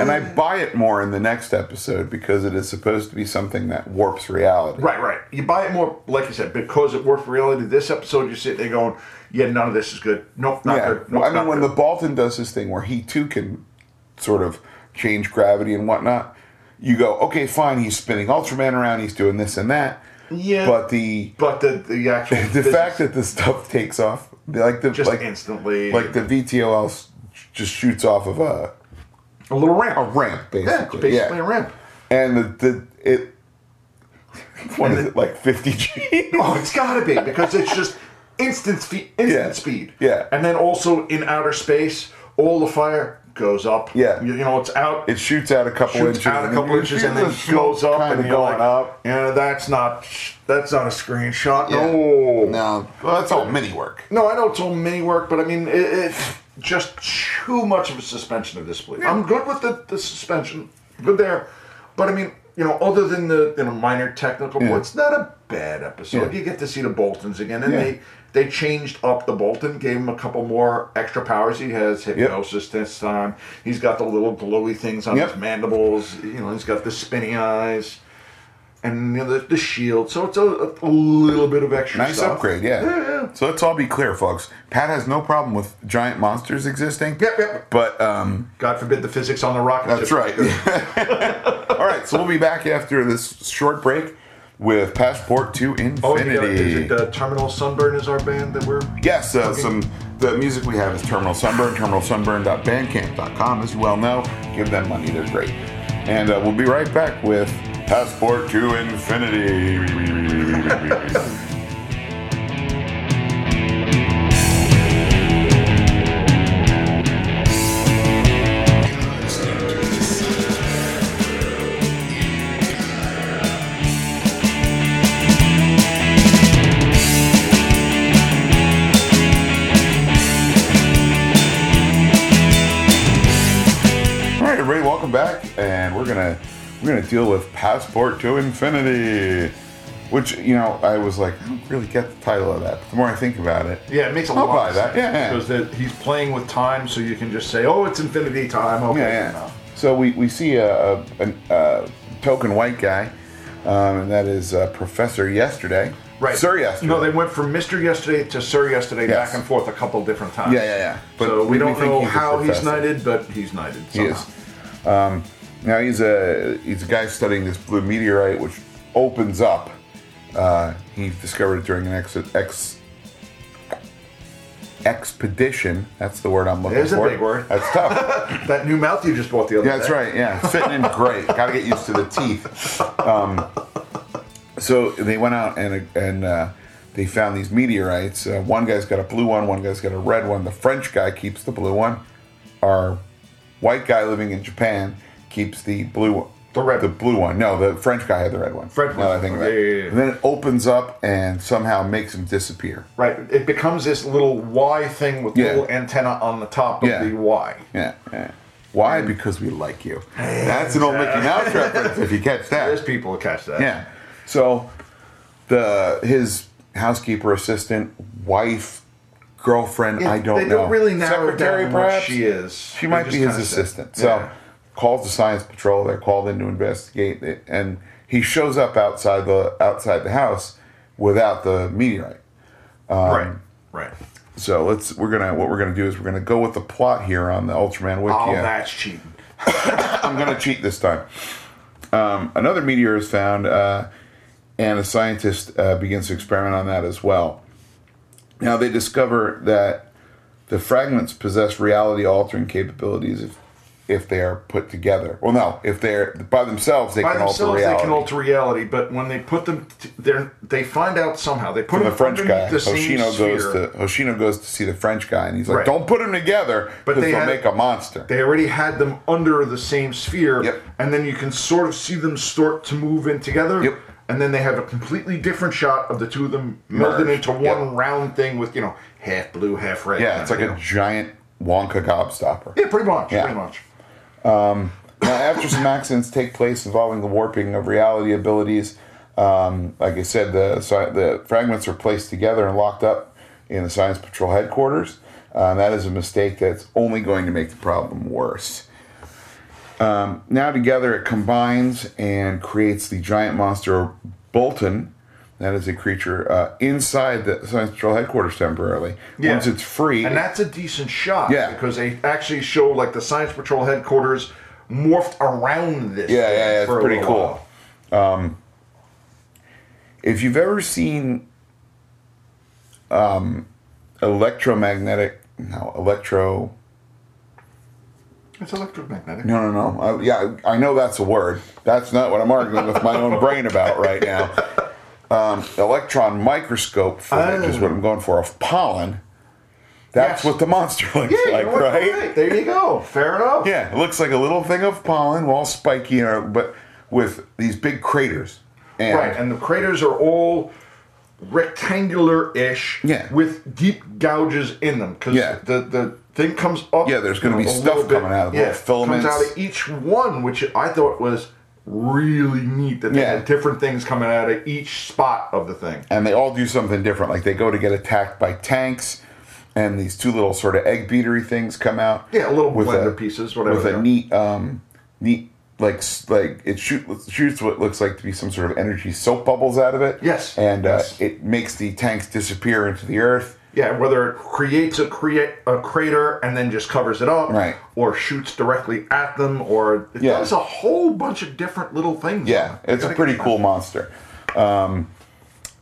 [SPEAKER 1] And I buy it more in the next episode because it is supposed to be something that warps reality.
[SPEAKER 2] right, right. You buy it more, like you said, because it worked for reality. This episode, you sit there going, yeah, none of this is good. Nope, not
[SPEAKER 1] Yeah.
[SPEAKER 2] good. Nope,
[SPEAKER 1] I mean,
[SPEAKER 2] not
[SPEAKER 1] when the
[SPEAKER 2] good.
[SPEAKER 1] Balton does his thing where he too can sort of change gravity and whatnot, you go, okay, fine, he's spinning Ultraman around, he's doing this and that.
[SPEAKER 2] Yeah.
[SPEAKER 1] But the
[SPEAKER 2] but the the actual
[SPEAKER 1] the fact that this stuff takes off, like the
[SPEAKER 2] just
[SPEAKER 1] like,
[SPEAKER 2] instantly
[SPEAKER 1] like the VTOL s- just shoots off of a
[SPEAKER 2] a little ramp,
[SPEAKER 1] a ramp,
[SPEAKER 2] yeah, it's
[SPEAKER 1] basically.
[SPEAKER 2] basically
[SPEAKER 1] Oh, Yeah,
[SPEAKER 2] a ramp.
[SPEAKER 1] And the, the it what is it like fifty G?
[SPEAKER 2] Oh, it's got to be because it's just instant speed. Instant
[SPEAKER 1] Yeah.
[SPEAKER 2] speed.
[SPEAKER 1] Yeah.
[SPEAKER 2] and then also in outer space, all the fire goes up.
[SPEAKER 1] Yeah.
[SPEAKER 2] you, you know it's out.
[SPEAKER 1] It shoots out a couple
[SPEAKER 2] shoots
[SPEAKER 1] inches,
[SPEAKER 2] out a
[SPEAKER 1] and
[SPEAKER 2] couple
[SPEAKER 1] you
[SPEAKER 2] inches
[SPEAKER 1] feel
[SPEAKER 2] and then
[SPEAKER 1] the
[SPEAKER 2] it goes
[SPEAKER 1] smoke
[SPEAKER 2] up
[SPEAKER 1] kinda
[SPEAKER 2] and you're
[SPEAKER 1] going
[SPEAKER 2] like,
[SPEAKER 1] up.
[SPEAKER 2] Yeah, that's not that's not a screenshot.
[SPEAKER 1] Yeah.
[SPEAKER 2] No,
[SPEAKER 1] No, Oh. well, that's all mini work.
[SPEAKER 2] no, I know it's all mini work, but I mean it, it's just too much of a suspension of disbelief. I'm good with the, the suspension, good there, but I mean you know other than the you know minor technical points, not a bad episode.
[SPEAKER 1] Yeah.
[SPEAKER 2] You get to see the Boltons again, and
[SPEAKER 1] Yeah.
[SPEAKER 2] they. They changed up the Bolton, gave him a couple more extra powers. He has hypnosis this time. He's got the little glowy things on
[SPEAKER 1] Yep.
[SPEAKER 2] his mandibles. You know, he's got the spinny eyes and you know, the, the shield. So it's a, a little bit of extra
[SPEAKER 1] Nice
[SPEAKER 2] stuff.
[SPEAKER 1] upgrade, yeah. So let's all be clear, folks. Pat has no problem with giant monsters existing.
[SPEAKER 2] Yep, yep.
[SPEAKER 1] But um,
[SPEAKER 2] God forbid the physics on the rocket.
[SPEAKER 1] that's
[SPEAKER 2] ship.
[SPEAKER 1] right. all right, so we'll be back after this short break with Passport to Infinity.
[SPEAKER 2] Oh, you got, is it uh, Terminal Sunburn is our band that we're.
[SPEAKER 1] Yes, uh, some the music we have is Terminal Sunburn, terminalsunburn.bandcamp.com, as you well know. Give them money, they're great. And uh, we'll be right back with Passport to Infinity. All right, everybody, welcome back, and we're gonna we're gonna deal with Passport to Infinity, which you know I was like I don't really get the title of that, but the more I think about it,
[SPEAKER 2] Yeah, it makes a
[SPEAKER 1] I'll
[SPEAKER 2] lot
[SPEAKER 1] buy
[SPEAKER 2] of
[SPEAKER 1] that,
[SPEAKER 2] sense
[SPEAKER 1] yeah.
[SPEAKER 2] Because that he's playing with time, so you can just say, oh, it's infinity time. Okay,
[SPEAKER 1] yeah, yeah.
[SPEAKER 2] enough.
[SPEAKER 1] So we we see a, a, an- a token white guy, um, and that is uh, Professor Yesterday,
[SPEAKER 2] Right.
[SPEAKER 1] Sir Yesterday.
[SPEAKER 2] No, they went from Mr. Yesterday to Sir Yesterday
[SPEAKER 1] Yes.
[SPEAKER 2] back and forth a couple different times.
[SPEAKER 1] Yeah, yeah, yeah. But
[SPEAKER 2] so we
[SPEAKER 1] we
[SPEAKER 2] don't
[SPEAKER 1] think
[SPEAKER 2] know
[SPEAKER 1] he's a
[SPEAKER 2] how he's
[SPEAKER 1] professor.
[SPEAKER 2] knighted, but he's knighted.
[SPEAKER 1] He
[SPEAKER 2] somehow.
[SPEAKER 1] is. Um, now he's a he's a guy studying this blue meteorite, which opens up. Uh, he discovered it during an ex, ex expedition. That's the word I'm looking
[SPEAKER 2] There's a
[SPEAKER 1] for.
[SPEAKER 2] big word.
[SPEAKER 1] That's tough.
[SPEAKER 2] That new mouth you just bought the other
[SPEAKER 1] yeah,
[SPEAKER 2] day.
[SPEAKER 1] that's right. Yeah, it's fitting in great. Got to get used to the teeth. Um, so they went out and and uh, they found these meteorites. Uh, one guy's got a blue one. One guy's got a red one. The French guy keeps the blue one. Our white guy living in Japan keeps the blue one.
[SPEAKER 2] The red
[SPEAKER 1] The
[SPEAKER 2] one.
[SPEAKER 1] blue one. No, the French guy had the red one.
[SPEAKER 2] French
[SPEAKER 1] Now
[SPEAKER 2] one.
[SPEAKER 1] that I think about
[SPEAKER 2] Yeah,
[SPEAKER 1] it.
[SPEAKER 2] yeah, yeah.
[SPEAKER 1] And then it opens up and somehow makes him disappear.
[SPEAKER 2] Right. It becomes this little Y thing with
[SPEAKER 1] Yeah.
[SPEAKER 2] little antenna on the top of
[SPEAKER 1] Yeah.
[SPEAKER 2] the Y.
[SPEAKER 1] Yeah. yeah. Why?
[SPEAKER 2] Hmm.
[SPEAKER 1] Because we like you. That's an old Mickey Mouse reference if you catch that.
[SPEAKER 2] There's people who catch that.
[SPEAKER 1] Yeah. So the his housekeeper assistant, wife, girlfriend,
[SPEAKER 2] Yeah,
[SPEAKER 1] I don't
[SPEAKER 2] they
[SPEAKER 1] know.
[SPEAKER 2] don't really narrow
[SPEAKER 1] Secretary
[SPEAKER 2] down what
[SPEAKER 1] perhaps
[SPEAKER 2] she is.
[SPEAKER 1] She
[SPEAKER 2] They
[SPEAKER 1] might
[SPEAKER 2] just
[SPEAKER 1] be his
[SPEAKER 2] kinda say-
[SPEAKER 1] assistant. So
[SPEAKER 2] Yeah.
[SPEAKER 1] calls the science patrol, they're called in to investigate it, and he shows up outside the outside the house without the meteorite. um,
[SPEAKER 2] Right. Right.
[SPEAKER 1] So let's we're gonna what we're gonna do is we're gonna go with the plot here on the Ultraman Wiki.
[SPEAKER 2] Oh, that's cheating.
[SPEAKER 1] I'm gonna cheat this time. Um, another meteor is found, uh, and a scientist uh, begins to experiment on that as well. Now they discover that the fragments possess reality-altering capabilities if if they are put together. Well, no, if they're by themselves, they
[SPEAKER 2] By
[SPEAKER 1] can
[SPEAKER 2] themselves,
[SPEAKER 1] alter
[SPEAKER 2] they
[SPEAKER 1] reality.
[SPEAKER 2] can alter reality, but when they put them, t- they're, they find out somehow. They put
[SPEAKER 1] the
[SPEAKER 2] them
[SPEAKER 1] French guy
[SPEAKER 2] underneath the
[SPEAKER 1] Hoshino
[SPEAKER 2] same
[SPEAKER 1] goes
[SPEAKER 2] sphere.
[SPEAKER 1] to Hoshino goes to see the French guy, and he's like,
[SPEAKER 2] Right.
[SPEAKER 1] "Don't put them together,
[SPEAKER 2] But
[SPEAKER 1] because they
[SPEAKER 2] they
[SPEAKER 1] will
[SPEAKER 2] had-
[SPEAKER 1] make a monster."
[SPEAKER 2] They already had them under the same sphere,
[SPEAKER 1] Yep.
[SPEAKER 2] and then you can sort of see them start to move in together.
[SPEAKER 1] Yep.
[SPEAKER 2] And then they have a completely different shot of the two of them melded
[SPEAKER 1] Merged,
[SPEAKER 2] into one
[SPEAKER 1] yep.
[SPEAKER 2] round thing with you know half blue, half red.
[SPEAKER 1] yeah, it's like
[SPEAKER 2] you
[SPEAKER 1] a
[SPEAKER 2] know.
[SPEAKER 1] giant Wonka gobstopper.
[SPEAKER 2] yeah, pretty much,
[SPEAKER 1] Yeah.
[SPEAKER 2] pretty much.
[SPEAKER 1] Now, after some accidents take place involving the warping of reality abilities, um, like I said, the sci- the fragments are placed together and locked up in the Science Patrol headquarters. Uh, that is a mistake that's only going to make the problem worse. Um, now together, it combines and creates the giant monster Bolton. That is a creature uh, inside the Science Patrol headquarters temporarily.
[SPEAKER 2] Yeah.
[SPEAKER 1] Once it's free,
[SPEAKER 2] And that's a decent shot,
[SPEAKER 1] Yeah.
[SPEAKER 2] because they actually show like the science patrol headquarters morphed around this.
[SPEAKER 1] Yeah,
[SPEAKER 2] thing
[SPEAKER 1] yeah, yeah, it's
[SPEAKER 2] for a
[SPEAKER 1] pretty
[SPEAKER 2] little
[SPEAKER 1] cool. Um,
[SPEAKER 2] while.
[SPEAKER 1] if you've ever seen um, electromagnetic, no, electro,
[SPEAKER 2] It's electromagnetic.
[SPEAKER 1] no, no, no, I, uh, yeah, I know that's a word. That's not what I'm arguing with my own brain about right now. Um, electron microscope footage is what I'm going for of pollen. That's
[SPEAKER 2] Yes.
[SPEAKER 1] what the monster looks
[SPEAKER 2] Yeah,
[SPEAKER 1] like,
[SPEAKER 2] you know what?
[SPEAKER 1] right?
[SPEAKER 2] Right, There you go. Fair enough.
[SPEAKER 1] Yeah, it looks like a little thing of pollen, all spiky, and uh, but with these big craters. And
[SPEAKER 2] Right, and the craters are all rectangular-ish
[SPEAKER 1] Yeah.
[SPEAKER 2] with deep gouges in them because
[SPEAKER 1] Yeah.
[SPEAKER 2] the, the thing comes up.
[SPEAKER 1] Yeah, there's gonna
[SPEAKER 2] you know,
[SPEAKER 1] be
[SPEAKER 2] a
[SPEAKER 1] stuff
[SPEAKER 2] little bit-
[SPEAKER 1] coming out of the
[SPEAKER 2] yeah,
[SPEAKER 1] little filaments.
[SPEAKER 2] comes out of each one, which I thought was really neat that they
[SPEAKER 1] Yeah.
[SPEAKER 2] had different things coming out of each spot of the thing.
[SPEAKER 1] and they all do something different. Like they go to get attacked by tanks, and these two little sort of egg beatery things come out.
[SPEAKER 2] Yeah, little blender pieces, whatever
[SPEAKER 1] With
[SPEAKER 2] they
[SPEAKER 1] a
[SPEAKER 2] are.
[SPEAKER 1] neat, um, neat like s- like it shoot, shoots what looks like to be some sort of energy soap bubbles out of it.
[SPEAKER 2] Yes,
[SPEAKER 1] and
[SPEAKER 2] yes.
[SPEAKER 1] Uh, it makes the tanks disappear into the earth.
[SPEAKER 2] Yeah, whether it creates a create a crater and then just covers it up,
[SPEAKER 1] Right.
[SPEAKER 2] Or shoots directly at them, or it
[SPEAKER 1] Yeah.
[SPEAKER 2] does a whole bunch of different little things.
[SPEAKER 1] Yeah, it's a pretty cool monster. Um,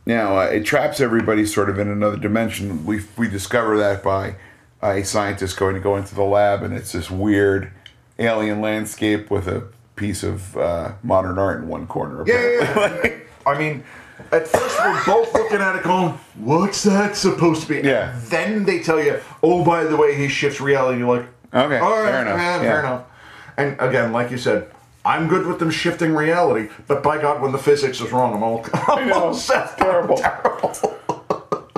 [SPEAKER 1] now uh, it traps everybody sort of in another dimension. We we discover that by a scientist going to go into the lab, and it's this weird alien landscape with a piece of uh, modern art in one corner.
[SPEAKER 2] Yeah, yeah, yeah. I mean, at first we're both looking at it going, what's that supposed to be?
[SPEAKER 1] Yeah.
[SPEAKER 2] Then they tell you, oh, by the way, he shifts reality. You're like,
[SPEAKER 1] Okay,
[SPEAKER 2] all right,
[SPEAKER 1] fair enough,
[SPEAKER 2] yeah,
[SPEAKER 1] yeah.
[SPEAKER 2] fair enough. And again, like you said, I'm good with them shifting reality, but by God, when the physics is wrong, I'm all, I'm all set.
[SPEAKER 1] terrible.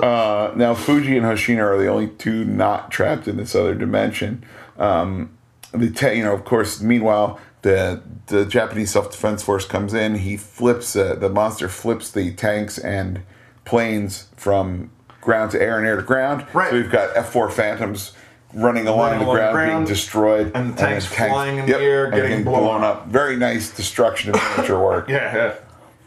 [SPEAKER 1] Uh, now Fuji and Hoshino are the only two not trapped in this other dimension. Um, the te- you know, of course. Meanwhile, the the Japanese Self Defense Force comes in. He flips uh, the monster flips the tanks and planes from ground to air and air to ground.
[SPEAKER 2] Right.
[SPEAKER 1] So we've got F four Phantoms running along
[SPEAKER 2] Running
[SPEAKER 1] the
[SPEAKER 2] along the
[SPEAKER 1] ground, being
[SPEAKER 2] ground,
[SPEAKER 1] destroyed,
[SPEAKER 2] and the
[SPEAKER 1] then
[SPEAKER 2] tanks flying in the air,
[SPEAKER 1] and
[SPEAKER 2] getting blown
[SPEAKER 1] up. Very nice destruction and miniature work.
[SPEAKER 2] Yeah,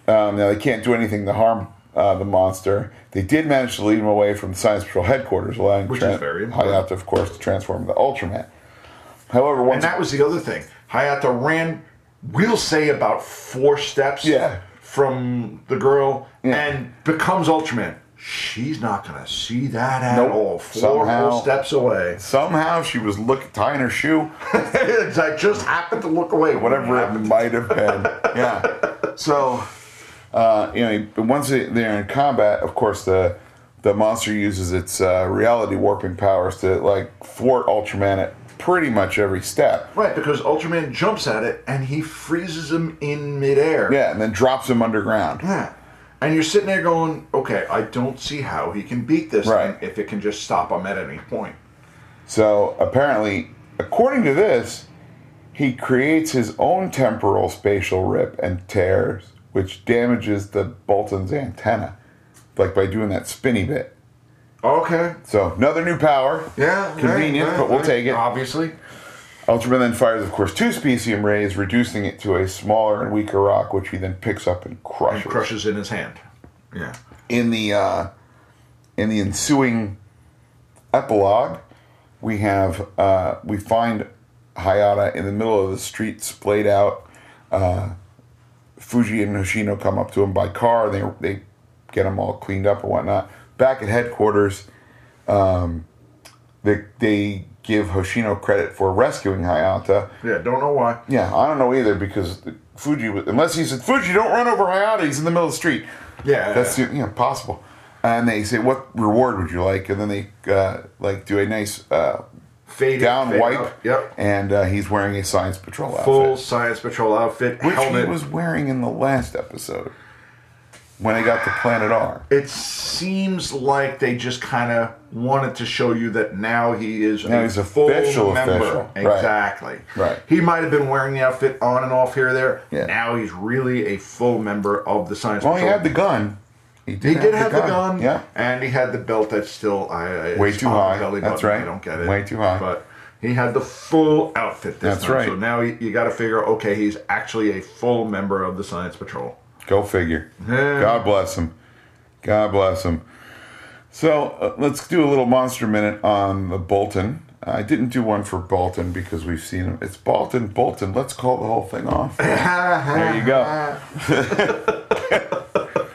[SPEAKER 2] yeah.
[SPEAKER 1] Um, now they can't do anything to harm uh, the monster. They did manage to lead him away from the Science Patrol headquarters, allowing
[SPEAKER 2] Which is very important.
[SPEAKER 1] Hayato, of course, to transform into Ultraman. However,
[SPEAKER 2] And
[SPEAKER 1] once
[SPEAKER 2] that was the other thing. Hayato ran, we'll say about four steps
[SPEAKER 1] Yeah.
[SPEAKER 2] from the girl
[SPEAKER 1] Yeah.
[SPEAKER 2] and becomes Ultraman. She's not going to see that at
[SPEAKER 1] Nope.
[SPEAKER 2] all. Four
[SPEAKER 1] Somehow.
[SPEAKER 2] whole steps away.
[SPEAKER 1] somehow she was look tying her shoe,
[SPEAKER 2] it's like, just happened to look away.
[SPEAKER 1] whatever it might have been. Yeah. So, uh, you know, but once they- they're in combat, of course, the the monster uses its uh, reality warping powers to like thwart Ultraman at pretty much every step.
[SPEAKER 2] Right, because Ultraman jumps at it and he freezes him in midair.
[SPEAKER 1] Yeah, and then drops him underground.
[SPEAKER 2] Yeah. And you're sitting there going, okay, I don't see how he can beat this
[SPEAKER 1] Right.
[SPEAKER 2] thing if it can just stop him at any point.
[SPEAKER 1] So apparently, according to this, He creates his own temporal spatial rip and tears, which damages the Bolton's antenna, like by doing that spinny bit.
[SPEAKER 2] Okay.
[SPEAKER 1] So another new power.
[SPEAKER 2] Yeah.
[SPEAKER 1] Convenient,
[SPEAKER 2] right,
[SPEAKER 1] but we'll
[SPEAKER 2] right,
[SPEAKER 1] take it.
[SPEAKER 2] Obviously.
[SPEAKER 1] Ultraman then fires, of course, two specium rays, reducing it to a smaller and weaker rock, which he then picks up and crushes.
[SPEAKER 2] Crushes in his hand. Yeah.
[SPEAKER 1] in the uh, in the ensuing epilogue, we have uh, we find Hayata in the middle of the street, splayed out. Uh, Fuji and Hoshino come up to him by car. They they get him all cleaned up and whatnot. Back at headquarters, um, they they give Hoshino credit for rescuing Hayata.
[SPEAKER 2] Yeah. Don't know why.
[SPEAKER 1] Yeah, I don't know either because Fuji, was, unless he said Fuji, don't run over Hayata. He's in the middle of the street.
[SPEAKER 2] Yeah.
[SPEAKER 1] that's you know possible. And they say, "What reward would you like?" And then they uh, like do a nice uh,
[SPEAKER 2] Fade in,
[SPEAKER 1] down
[SPEAKER 2] fade
[SPEAKER 1] wipe.
[SPEAKER 2] out. Yep.
[SPEAKER 1] And uh, he's wearing a science patrol
[SPEAKER 2] Full
[SPEAKER 1] outfit,
[SPEAKER 2] science patrol outfit,
[SPEAKER 1] which
[SPEAKER 2] helmet.
[SPEAKER 1] he was wearing in the last episode when he got to Planet R.
[SPEAKER 2] it seems like they just kind of wanted to show you that now he is
[SPEAKER 1] Now he's official, official. Right.
[SPEAKER 2] Exactly.
[SPEAKER 1] Right.
[SPEAKER 2] He might have been wearing the outfit on and off here or there.
[SPEAKER 1] Yeah.
[SPEAKER 2] Now he's really a full member of the science.
[SPEAKER 1] Well, he
[SPEAKER 2] patrol.
[SPEAKER 1] had the gun.
[SPEAKER 2] He did have the gun.
[SPEAKER 1] Yeah.
[SPEAKER 2] And he had the belt that's still I, I
[SPEAKER 1] Way
[SPEAKER 2] it's
[SPEAKER 1] too
[SPEAKER 2] on the
[SPEAKER 1] high.
[SPEAKER 2] Belly
[SPEAKER 1] That's
[SPEAKER 2] button.
[SPEAKER 1] right.
[SPEAKER 2] I don't get it.
[SPEAKER 1] Way too high.
[SPEAKER 2] But he had the full outfit this
[SPEAKER 1] That's
[SPEAKER 2] time.
[SPEAKER 1] right.
[SPEAKER 2] So now you, you got to figure, okay, he's actually a full member of the Science Patrol.
[SPEAKER 1] Go figure.
[SPEAKER 2] Yeah.
[SPEAKER 1] God bless him. God bless him. So uh, let's do a little monster minute on the Bolton. I didn't do one for Bolton because we've seen him. It's Bolton, Bolton. Let's call the whole thing off. there you go.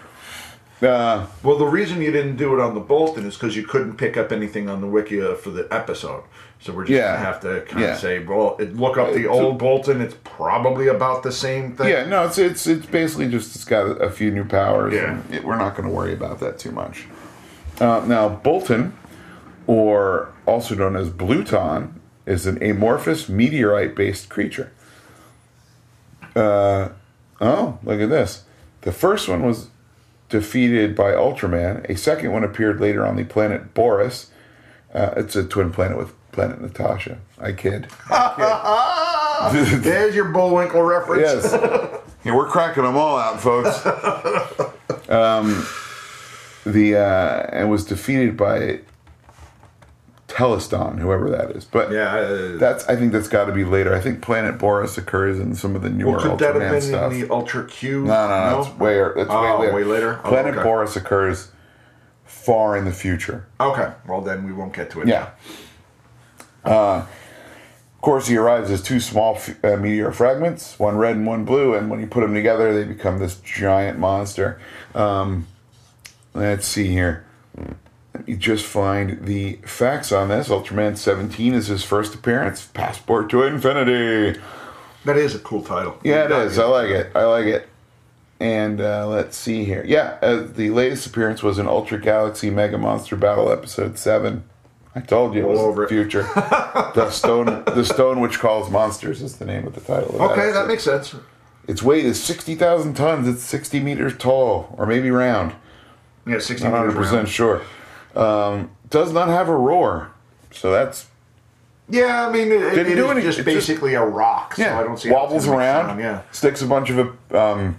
[SPEAKER 1] uh,
[SPEAKER 2] Well, the reason you didn't do it on the Bolton is because you couldn't pick up anything on the wiki uh, for the episode. So we're just
[SPEAKER 1] Yeah.
[SPEAKER 2] gonna have to kind
[SPEAKER 1] Yeah.
[SPEAKER 2] of say, well, it- look up the
[SPEAKER 1] Uh,
[SPEAKER 2] old Bolton. It's probably about the same thing.
[SPEAKER 1] yeah, no, it's it's it's basically just it's got a few new powers.
[SPEAKER 2] Yeah.
[SPEAKER 1] and it- we're not going to worry about that too much. Uh, now, Bolton, or also known as Bluton, is an amorphous meteorite-based creature. Oh, look at this. The first one was defeated by Ultraman. A second one appeared later on the planet Boris. Uh, it's a twin planet with planet Natasha. I kid. I kid.
[SPEAKER 2] There's your Bullwinkle reference.
[SPEAKER 1] yes. Yeah, we're cracking them all out, folks. Um, the uh, and was defeated by Teleston, whoever that is. But
[SPEAKER 2] Yeah. uh,
[SPEAKER 1] that's I think that's got to be later. I think Planet Boris occurs in some of the newer
[SPEAKER 2] Could
[SPEAKER 1] Ultraman
[SPEAKER 2] that have been
[SPEAKER 1] stuff.
[SPEAKER 2] in the Ultra Q?
[SPEAKER 1] No, no, no. It's way, er, it's
[SPEAKER 2] Oh,
[SPEAKER 1] way later.
[SPEAKER 2] way later? Oh,
[SPEAKER 1] Planet
[SPEAKER 2] okay.
[SPEAKER 1] Boris occurs far in the future.
[SPEAKER 2] Okay. Well, then we won't get to it.
[SPEAKER 1] Yeah. Uh, of course, he arrives as two small f- uh, meteor fragments, one red and one blue, and when you put them together, they become this giant monster. Um, let's see here. Let me just find the facts on this. Ultraman 17 is his first appearance. Passport to Infinity.
[SPEAKER 2] That is a cool title.
[SPEAKER 1] Yeah, it is. I like it. I like it. And uh, let's see here. Yeah, uh, the latest appearance was in Ultra Galaxy Mega Monster Battle Episode Seven. I told you it was
[SPEAKER 2] All
[SPEAKER 1] the
[SPEAKER 2] over it.
[SPEAKER 1] future. the stone, the stone which calls monsters, is the name of the title. Of
[SPEAKER 2] Okay,
[SPEAKER 1] episode.
[SPEAKER 2] that makes sense.
[SPEAKER 1] its weight is sixty thousand tons. It's sixty meters tall, or maybe round.
[SPEAKER 2] Yeah, sixty
[SPEAKER 1] Not one
[SPEAKER 2] meters
[SPEAKER 1] hundred percent
[SPEAKER 2] round.
[SPEAKER 1] sure. Um, does not have a roar, so that's
[SPEAKER 2] Yeah, I mean, it,
[SPEAKER 1] Didn't
[SPEAKER 2] it
[SPEAKER 1] do
[SPEAKER 2] is
[SPEAKER 1] any-
[SPEAKER 2] just
[SPEAKER 1] it's just-
[SPEAKER 2] basically a rock. So
[SPEAKER 1] yeah.
[SPEAKER 2] Oh, I don't see how it's
[SPEAKER 1] wobbles
[SPEAKER 2] gonna make
[SPEAKER 1] around.
[SPEAKER 2] sound, Yeah.
[SPEAKER 1] sticks a bunch of um,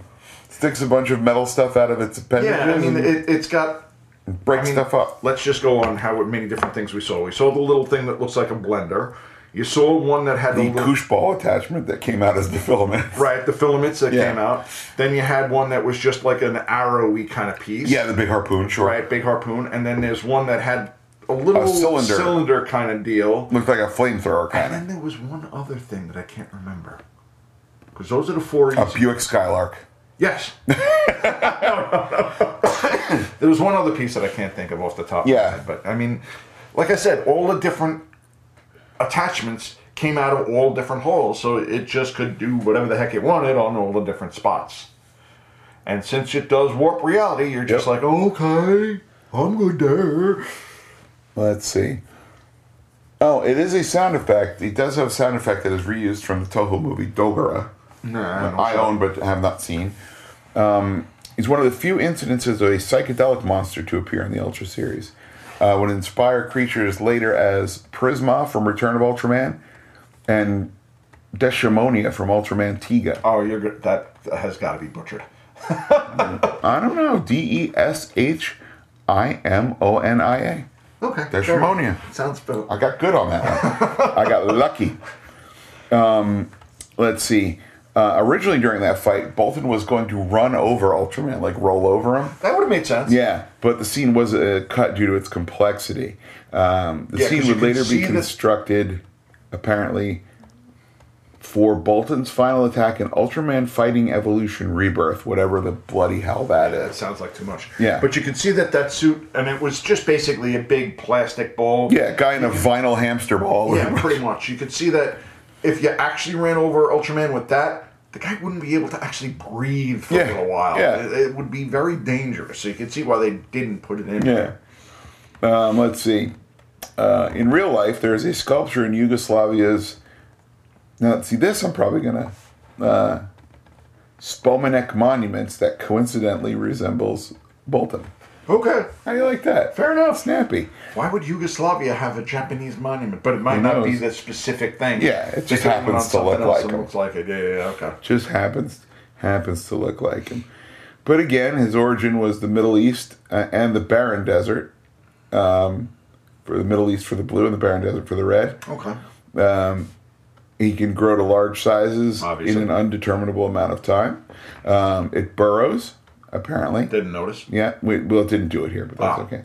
[SPEAKER 1] sticks a bunch of metal stuff out of its appendages.
[SPEAKER 2] Yeah, I mean,
[SPEAKER 1] and-
[SPEAKER 2] it, it's got.
[SPEAKER 1] break
[SPEAKER 2] I mean,
[SPEAKER 1] stuff up.
[SPEAKER 2] Let's just go on how many different things we saw. We saw the little thing that looks like a blender. You saw one that had the,
[SPEAKER 1] The
[SPEAKER 2] little,
[SPEAKER 1] koosh ball attachment that came out as the filament.
[SPEAKER 2] right the filaments that
[SPEAKER 1] Yeah.
[SPEAKER 2] came out. Then you had one that was just like an arrowy kind of piece.
[SPEAKER 1] Yeah, the big harpoon, sure.
[SPEAKER 2] right, big harpoon, and then there's one that had a little
[SPEAKER 1] A cylinder.
[SPEAKER 2] cylinder, kind of deal.
[SPEAKER 1] Looked like a flamethrower
[SPEAKER 2] And
[SPEAKER 1] kind
[SPEAKER 2] then there was one other thing that I can't remember. Because those are the four
[SPEAKER 1] of.
[SPEAKER 2] easy.
[SPEAKER 1] A Buick Skylark.
[SPEAKER 2] yes. No, no, no. there was one other piece that I can't think of off the top.
[SPEAKER 1] Yeah.
[SPEAKER 2] Of my head, but I mean, like I said, all the different attachments came out of all different holes, so it just could do whatever the heck it wanted on all the different spots. And since it does warp reality, you're just like, okay, I'm good there.
[SPEAKER 1] Let's see. Oh, it is a sound effect. It does have a sound effect that is reused from the Toho movie Dogara.
[SPEAKER 2] No,
[SPEAKER 1] I own but have not seen. Um, it's one of the few incidences of a psychedelic monster to appear in the Ultra series. Uh, would inspire creatures later as Prisma from Return of Ultraman and Deshemonia from Ultraman Tiga.
[SPEAKER 2] Oh, you're good. That has got to be butchered.
[SPEAKER 1] I don't know. D E S H I M O N I A.
[SPEAKER 2] Okay.
[SPEAKER 1] Deshemonia.
[SPEAKER 2] Sounds about.
[SPEAKER 1] I got good on that one. I got lucky. Um, let's see. Uh, originally during that fight, Bolton was going to run over Ultraman, like roll over him.
[SPEAKER 2] That would have made sense.
[SPEAKER 1] Yeah, but the scene was uh, cut due to its complexity. Um, the
[SPEAKER 2] Yeah, 'cause
[SPEAKER 1] scene
[SPEAKER 2] you
[SPEAKER 1] would
[SPEAKER 2] can
[SPEAKER 1] later
[SPEAKER 2] see
[SPEAKER 1] be
[SPEAKER 2] the-
[SPEAKER 1] constructed, apparently, for Bolton's final attack in Ultraman Fighting Evolution Rebirth, whatever the bloody hell that
[SPEAKER 2] That
[SPEAKER 1] is.
[SPEAKER 2] sounds like too much.
[SPEAKER 1] Yeah.
[SPEAKER 2] But you can see that that suit, and it was just basically a big plastic ball.
[SPEAKER 1] Yeah, guy in a vinyl hamster ball.
[SPEAKER 2] Yeah, pretty much. You could see that if you actually ran over Ultraman with that, the guy wouldn't be able to actually breathe for
[SPEAKER 1] Yeah,
[SPEAKER 2] a little while.
[SPEAKER 1] yeah.
[SPEAKER 2] It, it would be very dangerous. So you can see why they didn't put it in.
[SPEAKER 1] Yeah. Um, let's see. Uh, in real life, there is a sculpture in Yugoslavia's. Now, see, this I'm probably going to. Uh, Spomenek monuments that coincidentally resembles Bolton.
[SPEAKER 2] Okay.
[SPEAKER 1] How do you like that? Fair enough. Snappy.
[SPEAKER 2] Why would Yugoslavia have a Japanese monument? But it might
[SPEAKER 1] Who
[SPEAKER 2] not be
[SPEAKER 1] knows?
[SPEAKER 2] the specific thing.
[SPEAKER 1] Yeah, it
[SPEAKER 2] They
[SPEAKER 1] just
[SPEAKER 2] could have
[SPEAKER 1] happens
[SPEAKER 2] done
[SPEAKER 1] to look
[SPEAKER 2] something else
[SPEAKER 1] like
[SPEAKER 2] that
[SPEAKER 1] them.
[SPEAKER 2] Looks like it. Yeah, yeah, yeah, okay.
[SPEAKER 1] Just happens happens to look like him. But again, his origin was the Middle East uh, and the Barren Desert. Um, for the Middle East for the blue and the Barren Desert for the red.
[SPEAKER 2] Okay.
[SPEAKER 1] He can grow to large sizes
[SPEAKER 2] Obviously.
[SPEAKER 1] in an undeterminable amount of time. Um, it burrows, apparently.
[SPEAKER 2] Didn't notice.
[SPEAKER 1] yeah, we, well, it didn't do it here, but that's
[SPEAKER 2] Ah.
[SPEAKER 1] okay.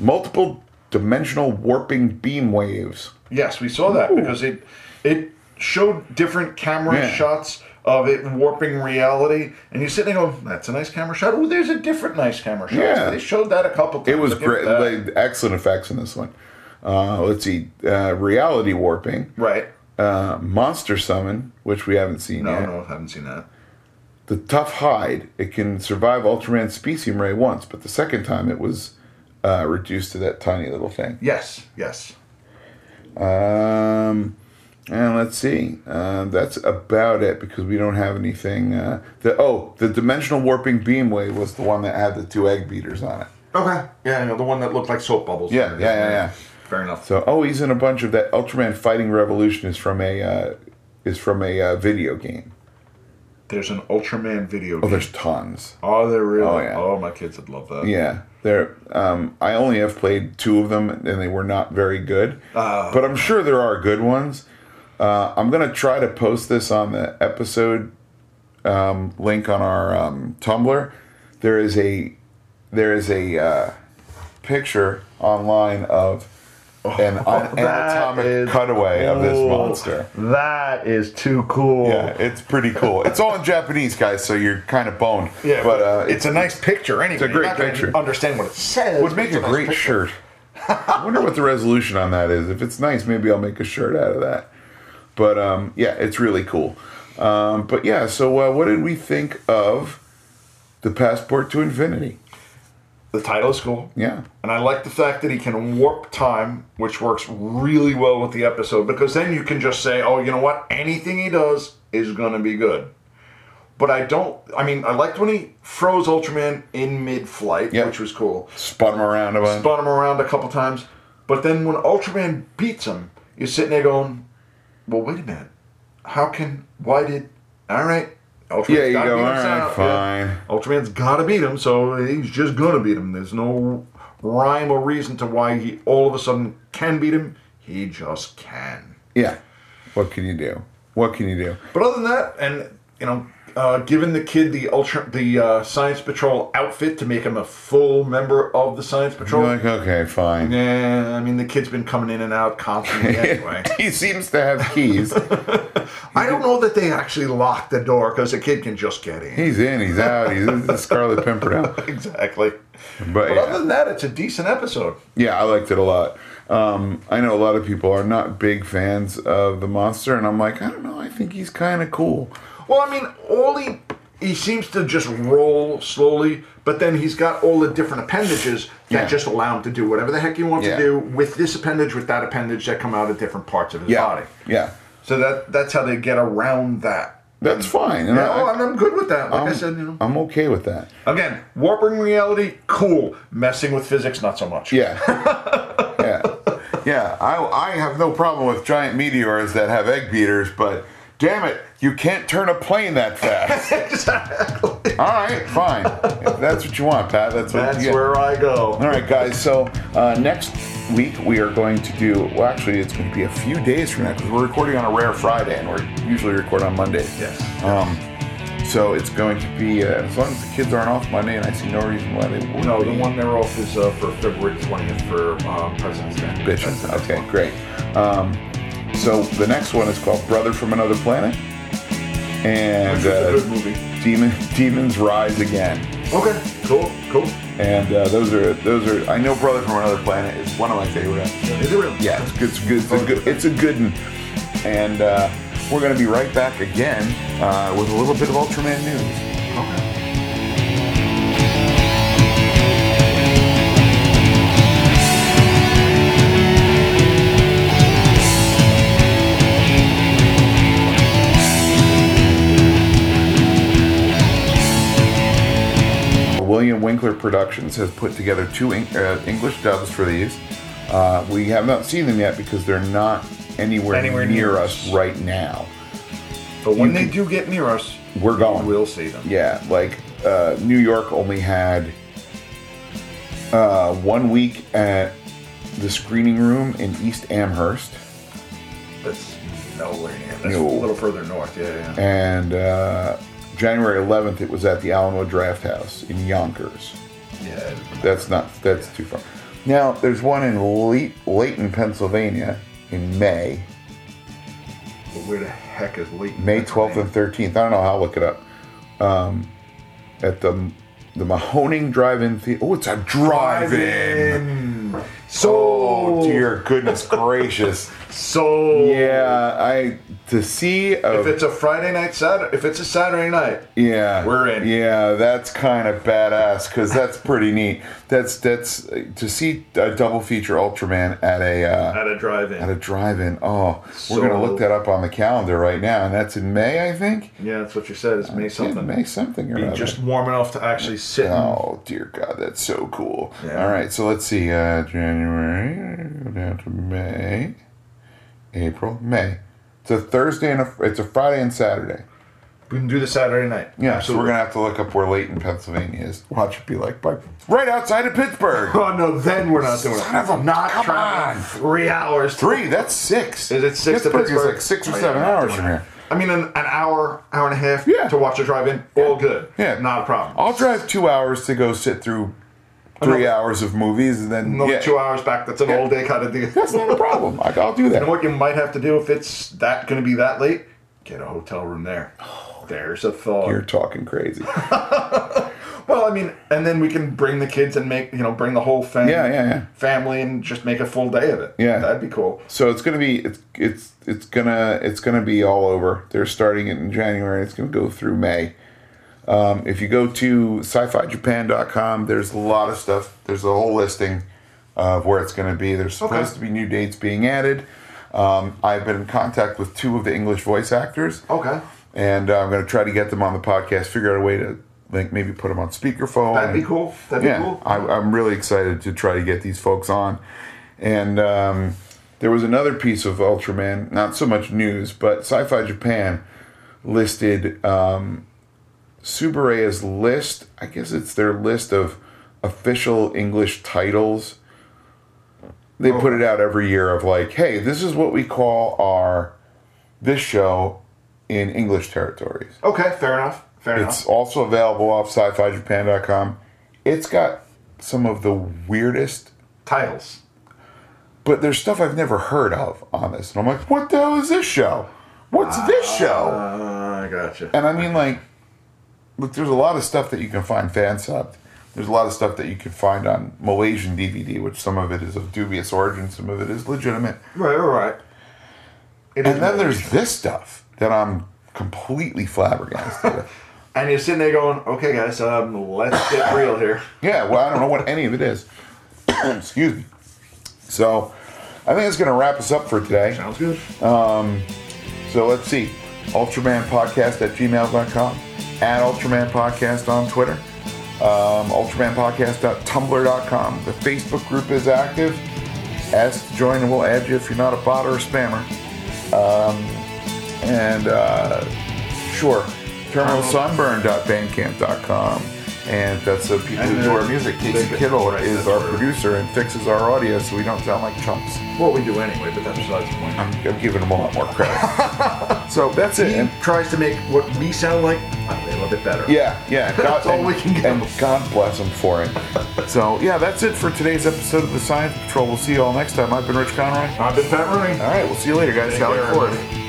[SPEAKER 1] Multiple dimensional warping beam waves.
[SPEAKER 2] Yes, we saw that because it it showed different camera
[SPEAKER 1] Yeah.
[SPEAKER 2] shots of it warping reality, and you're sitting there going, "That's a nice camera shot." Oh, there's a different nice camera shot. So
[SPEAKER 1] Yeah.
[SPEAKER 2] they showed that a couple times.
[SPEAKER 1] It was
[SPEAKER 2] Look at
[SPEAKER 1] great,
[SPEAKER 2] that.
[SPEAKER 1] like, excellent effects in this one. Uh, let's see, uh, reality warping,
[SPEAKER 2] right?
[SPEAKER 1] uh, monster summon, which we haven't seen
[SPEAKER 2] No,
[SPEAKER 1] yet.
[SPEAKER 2] no, I haven't seen that.
[SPEAKER 1] The tough hide. It can survive Ultraman Specium Ray once, but the second time it was uh, reduced to that tiny little thing.
[SPEAKER 2] Yes, yes.
[SPEAKER 1] Um, and let's see. Uh, that's about it because we don't have anything. Uh, the oh, the dimensional warping beam wave was the one that had the two egg beaters on it.
[SPEAKER 2] Okay. Yeah, I know the one that looked like soap bubbles.
[SPEAKER 1] Yeah, yeah, yeah, yeah.
[SPEAKER 2] Fair enough.
[SPEAKER 1] So oh, he's in a bunch of that. Ultraman Fighting Revolution is from a uh, is from a uh, video game.
[SPEAKER 2] There's an Ultraman video.
[SPEAKER 1] Oh,
[SPEAKER 2] game.
[SPEAKER 1] there's tons.
[SPEAKER 2] Oh, there really.
[SPEAKER 1] Oh,
[SPEAKER 2] Oh,
[SPEAKER 1] yeah.
[SPEAKER 2] my kids would love that.
[SPEAKER 1] Yeah, there. Um, I only have played two of them, and they were not very good.
[SPEAKER 2] Oh.
[SPEAKER 1] But I'm sure there are good ones. Uh, I'm gonna try to post this on the episode um, link on our um, Tumblr. There is a there is a uh, picture online of an
[SPEAKER 2] Oh, That
[SPEAKER 1] anatomic
[SPEAKER 2] is
[SPEAKER 1] cutaway of this
[SPEAKER 2] cool.
[SPEAKER 1] monster.
[SPEAKER 2] That is too cool.
[SPEAKER 1] Yeah, it's pretty cool. It's all in Japanese, guys, so you're kind of boned.
[SPEAKER 2] Yeah,
[SPEAKER 1] but uh,
[SPEAKER 2] it's a nice picture. Anyway,
[SPEAKER 1] great
[SPEAKER 2] You're not gonna
[SPEAKER 1] picture.
[SPEAKER 2] Understand what it says.
[SPEAKER 1] would
[SPEAKER 2] but
[SPEAKER 1] make
[SPEAKER 2] it's
[SPEAKER 1] a
[SPEAKER 2] nice
[SPEAKER 1] great
[SPEAKER 2] picture.
[SPEAKER 1] shirt. I wonder what the resolution on that is. If it's nice, maybe I'll make a shirt out of that. But um, yeah, it's really cool. Um, but yeah, so uh, what did we think of the passport to infinity?
[SPEAKER 2] The title is cool.
[SPEAKER 1] Yeah,
[SPEAKER 2] And I like the fact that he can warp time, which works really well with the episode because then you can just say, oh, you know what? Anything he does is going to be good. But I don't, I mean, I liked when he froze Ultraman in mid flight,
[SPEAKER 1] Yeah.
[SPEAKER 2] which was cool.
[SPEAKER 1] spun them around a bunch.
[SPEAKER 2] Spun him around a couple times. But then when Ultraman beats him, you're sitting there going, well, wait a minute. How can, why did, all right. Ultraman's
[SPEAKER 1] yeah, you
[SPEAKER 2] gotta
[SPEAKER 1] go.
[SPEAKER 2] beat
[SPEAKER 1] All
[SPEAKER 2] him
[SPEAKER 1] right,
[SPEAKER 2] sound." Yeah.
[SPEAKER 1] fine.
[SPEAKER 2] Ultraman's gotta beat him, so he's just gonna beat him. There's no rhyme or reason to why he all of a sudden can beat him. He just can.
[SPEAKER 1] Yeah, what can you do? What can you do?
[SPEAKER 2] But other than that, and you know, uh, giving the kid the ultra the uh, Science Patrol outfit to make him a full member of the Science Patrol.
[SPEAKER 1] You're like, okay, fine.
[SPEAKER 2] yeah, I mean the kid's been coming in and out constantly anyway.
[SPEAKER 1] he seems to have keys.
[SPEAKER 2] I don't know that they actually lock the door because the kid can just get in.
[SPEAKER 1] he's in. He's out. He's in the Scarlet Pimpernel.
[SPEAKER 2] Exactly.
[SPEAKER 1] But,
[SPEAKER 2] But
[SPEAKER 1] yeah.
[SPEAKER 2] other than that, it's a decent episode.
[SPEAKER 1] Yeah, I liked it a lot. Um, I know a lot of people are not big fans of the monster, and I'm like, I don't know. I think he's kind of cool.
[SPEAKER 2] Well, I mean, all he he seems to just roll slowly, but then he's got all the different appendages that
[SPEAKER 1] Yeah.
[SPEAKER 2] just allow him to do whatever the heck he wants
[SPEAKER 1] Yeah.
[SPEAKER 2] to do with this appendage, with that appendage that come out of different parts of his
[SPEAKER 1] Yeah,
[SPEAKER 2] body.
[SPEAKER 1] yeah,
[SPEAKER 2] So that that's how they get around that.
[SPEAKER 1] that's fine. And
[SPEAKER 2] Yeah, oh,
[SPEAKER 1] I,
[SPEAKER 2] and I'm good with that. Like
[SPEAKER 1] am
[SPEAKER 2] i said, you know.
[SPEAKER 1] I'm okay with that.
[SPEAKER 2] Again, warping reality, cool. Messing with physics, not so much.
[SPEAKER 1] Yeah, yeah, yeah. I I have no problem with giant meteors that have egg beaters, but Damn it, you can't turn a plane that fast.
[SPEAKER 2] Exactly.
[SPEAKER 1] All right, fine. If that's what you want, Pat. That's what
[SPEAKER 2] That's
[SPEAKER 1] you get.
[SPEAKER 2] where I go.
[SPEAKER 1] All right, guys. So uh, next week we are going to do. Well, actually, it's going to be a few days from now because we're recording on a rare Friday, and we're usually record on Monday.
[SPEAKER 2] Yes.
[SPEAKER 1] Um, so it's going to be uh, as long as the kids aren't off Monday, and I see no reason why they would
[SPEAKER 2] No,
[SPEAKER 1] be.
[SPEAKER 2] the one they're off is uh, for February 20th for um, President's Day. That's the
[SPEAKER 1] bitching.
[SPEAKER 2] next
[SPEAKER 1] Okay,
[SPEAKER 2] one.
[SPEAKER 1] great. Um, so the next one is called Brother from Another Planet, and
[SPEAKER 2] Which was a good
[SPEAKER 1] uh,
[SPEAKER 2] movie.
[SPEAKER 1] Demon, Demons Rise Again.
[SPEAKER 2] Okay, cool, cool.
[SPEAKER 1] And uh, those are those are. I know Brother from Another Planet is one of my favorite.
[SPEAKER 2] Is it real?
[SPEAKER 1] Yeah, it's good. It's good. It's a good. It's a good one. And uh, we're gonna be right back again uh, with a little bit of Ultraman news.
[SPEAKER 2] Okay.
[SPEAKER 1] William Winkler Productions has put together two Eng- uh, English dubs for these. Uh, we have not seen them yet because they're not anywhere,
[SPEAKER 2] Anywhere
[SPEAKER 1] near
[SPEAKER 2] near
[SPEAKER 1] us right now.
[SPEAKER 2] But when they
[SPEAKER 1] can-
[SPEAKER 2] do get near us,
[SPEAKER 1] We're going.
[SPEAKER 2] we'll see them.
[SPEAKER 1] Yeah, like uh, New York only had uh, one week at the screening room in East Amherst,
[SPEAKER 2] That's nowhere near. That's
[SPEAKER 1] No.
[SPEAKER 2] a little further north. Yeah, yeah. yeah.
[SPEAKER 1] and uh, January 11th it was at the Alamo Draft House in Yonkers.
[SPEAKER 2] yeah.
[SPEAKER 1] That's not. That's too far. Now there's one in Le- Layton, Pennsylvania, in May,
[SPEAKER 2] But where the heck is Leighton?
[SPEAKER 1] May 12th and 13th. I don't know. I'll look it up. Um, at the the Mahoning Drive-In Theater. Oh, it's a drive-in.
[SPEAKER 2] Drive-in. So
[SPEAKER 1] Oh dear goodness gracious.
[SPEAKER 2] So
[SPEAKER 1] yeah, I to see. A,
[SPEAKER 2] If it's a Friday night, Saturday, if it's a Saturday night,
[SPEAKER 1] yeah,
[SPEAKER 2] we're in.
[SPEAKER 1] Yeah, that's kind of badass because that's pretty neat. That's that's uh, to see a double feature Ultraman at a. Uh,
[SPEAKER 2] at a drive-in.
[SPEAKER 1] At a drive-in. Oh,
[SPEAKER 2] So-
[SPEAKER 1] we're gonna look that up on the calendar right now, and that's in May, I think.
[SPEAKER 2] yeah, that's what you said. It's May
[SPEAKER 1] Yeah,
[SPEAKER 2] something.
[SPEAKER 1] May something or
[SPEAKER 2] Be
[SPEAKER 1] other.
[SPEAKER 2] just warm enough to actually sit. and-
[SPEAKER 1] Oh dear God, that's so cool.
[SPEAKER 2] Yeah.
[SPEAKER 1] All right, so let's see. Uh, January go down to May, April, May. It's a Thursday and a, it's a Friday and Saturday.
[SPEAKER 2] We can do the Saturday night.
[SPEAKER 1] Yeah, so we're gonna have to look up where Layton, Pennsylvania is. Watch it be like by right outside of Pittsburgh.
[SPEAKER 2] Oh no, then we're not doing it.
[SPEAKER 1] Son of a-
[SPEAKER 2] not
[SPEAKER 1] come
[SPEAKER 2] traveling
[SPEAKER 1] on.
[SPEAKER 2] three hours.
[SPEAKER 1] Three. That's six.
[SPEAKER 2] Is it six to
[SPEAKER 1] Pittsburgh is
[SPEAKER 2] Pittsburgh?
[SPEAKER 1] like six or
[SPEAKER 2] Oh, yeah,
[SPEAKER 1] seven
[SPEAKER 2] I'm not
[SPEAKER 1] hours
[SPEAKER 2] doing
[SPEAKER 1] from
[SPEAKER 2] that.
[SPEAKER 1] here.
[SPEAKER 2] I mean, an, an hour, hour and a half
[SPEAKER 1] Yeah.
[SPEAKER 2] to watch a drive-in. All good.
[SPEAKER 1] Yeah,
[SPEAKER 2] not a problem.
[SPEAKER 1] I'll drive two hours to go sit through three
[SPEAKER 2] Another-
[SPEAKER 1] hours of movies, and then
[SPEAKER 2] Another
[SPEAKER 1] yeah,
[SPEAKER 2] two hours back. That's an all day kind of deal.
[SPEAKER 1] That's not a problem. I, I'll do that.
[SPEAKER 2] And what you might have to do if it's that going to be that late, get a hotel room there.
[SPEAKER 1] Oh.
[SPEAKER 2] There's a thought.
[SPEAKER 1] You're talking crazy.
[SPEAKER 2] Well, I mean, and then we can bring the kids and make you know bring the whole family,
[SPEAKER 1] Yeah, yeah, yeah.
[SPEAKER 2] family, and just make a full day of it.
[SPEAKER 1] Yeah.
[SPEAKER 2] that'd be cool.
[SPEAKER 1] So it's gonna be it's it's it's gonna it's gonna be all over. They're starting it in January. It's gonna go through May. Um, if you go to sci-fijapan.com, there's a lot of stuff. There's a whole listing of where it's gonna be. There's supposed to
[SPEAKER 2] Okay.
[SPEAKER 1] be new dates being added. Um, I've been in contact with two of the English voice actors.
[SPEAKER 2] Okay,
[SPEAKER 1] and uh, I'm going to try to get them on the podcast. Figure out a way to like maybe put them on speakerphone.
[SPEAKER 2] that'd be cool. That'd
[SPEAKER 1] yeah,
[SPEAKER 2] be cool.
[SPEAKER 1] I, I'm really excited to try to get these folks on. And um, there was another piece of Ultraman, not so much news, but Sci-Fi Japan listed um, Subarea's list. I guess it's their list of official English titles. They put it out every year of like, hey, this is what we call our this show in English territories.
[SPEAKER 2] okay, fair enough. Fair
[SPEAKER 1] It's
[SPEAKER 2] enough.
[SPEAKER 1] also available off sci-fijapan.com. It's got some of the weirdest,
[SPEAKER 2] Titles.
[SPEAKER 1] but there's stuff I've never heard of on this. And I'm like, what the hell is this show? What's this show?
[SPEAKER 2] Uh, I gotcha.
[SPEAKER 1] And I mean, like, look, there's a lot of stuff that you can find fan subbed. There's a lot of stuff that you can find on Malaysian DVD, which some of it is of dubious origin, some of it is legitimate.
[SPEAKER 2] Right, right, right. It is
[SPEAKER 1] And then
[SPEAKER 2] amazing.
[SPEAKER 1] there's this stuff that I'm completely flabbergasted with.
[SPEAKER 2] and you're sitting there going, okay, guys, um, let's get real here.
[SPEAKER 1] Yeah, well, I don't know what any of it is. Excuse me. So, I think it's going to wrap us up for today.
[SPEAKER 2] Sounds good.
[SPEAKER 1] So, let's see. Ultraman Podcast at gmail.com, at Ultraman Podcast on Twitter, um, ultramanpodcast.tumblr.com. The Facebook group is active. Ask to join and we'll add you if you're not a bot or a spammer. Um, and uh, sure, terminalsunburn.bandcamp.com. And that's the people who
[SPEAKER 2] And,
[SPEAKER 1] do
[SPEAKER 2] uh,
[SPEAKER 1] our music. Casey
[SPEAKER 2] they-
[SPEAKER 1] Kittle
[SPEAKER 2] right,
[SPEAKER 1] is
[SPEAKER 2] that's
[SPEAKER 1] our
[SPEAKER 2] where-
[SPEAKER 1] producer and fixes our audio so we don't sound like chumps.
[SPEAKER 2] What we do anyway, but that's besides the point.
[SPEAKER 1] I'm, I'm giving them a lot more credit. so that's it.
[SPEAKER 2] He
[SPEAKER 1] And
[SPEAKER 2] tries to make what we sound like a little bit better.
[SPEAKER 1] yeah, yeah.
[SPEAKER 2] That's all
[SPEAKER 1] and-
[SPEAKER 2] we can give
[SPEAKER 1] And
[SPEAKER 2] them.
[SPEAKER 1] God bless them for it. so yeah, that's it for today's episode of the Science Patrol. We'll see you all next time. I've been Rich Conroy.
[SPEAKER 2] I've been Pat Rooney.
[SPEAKER 1] All right, we'll see you later, guys.
[SPEAKER 2] Take
[SPEAKER 1] Sally
[SPEAKER 2] care,
[SPEAKER 1] Ford.
[SPEAKER 2] everybody.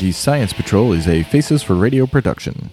[SPEAKER 3] The Science Patrol is a Faces for Radio production.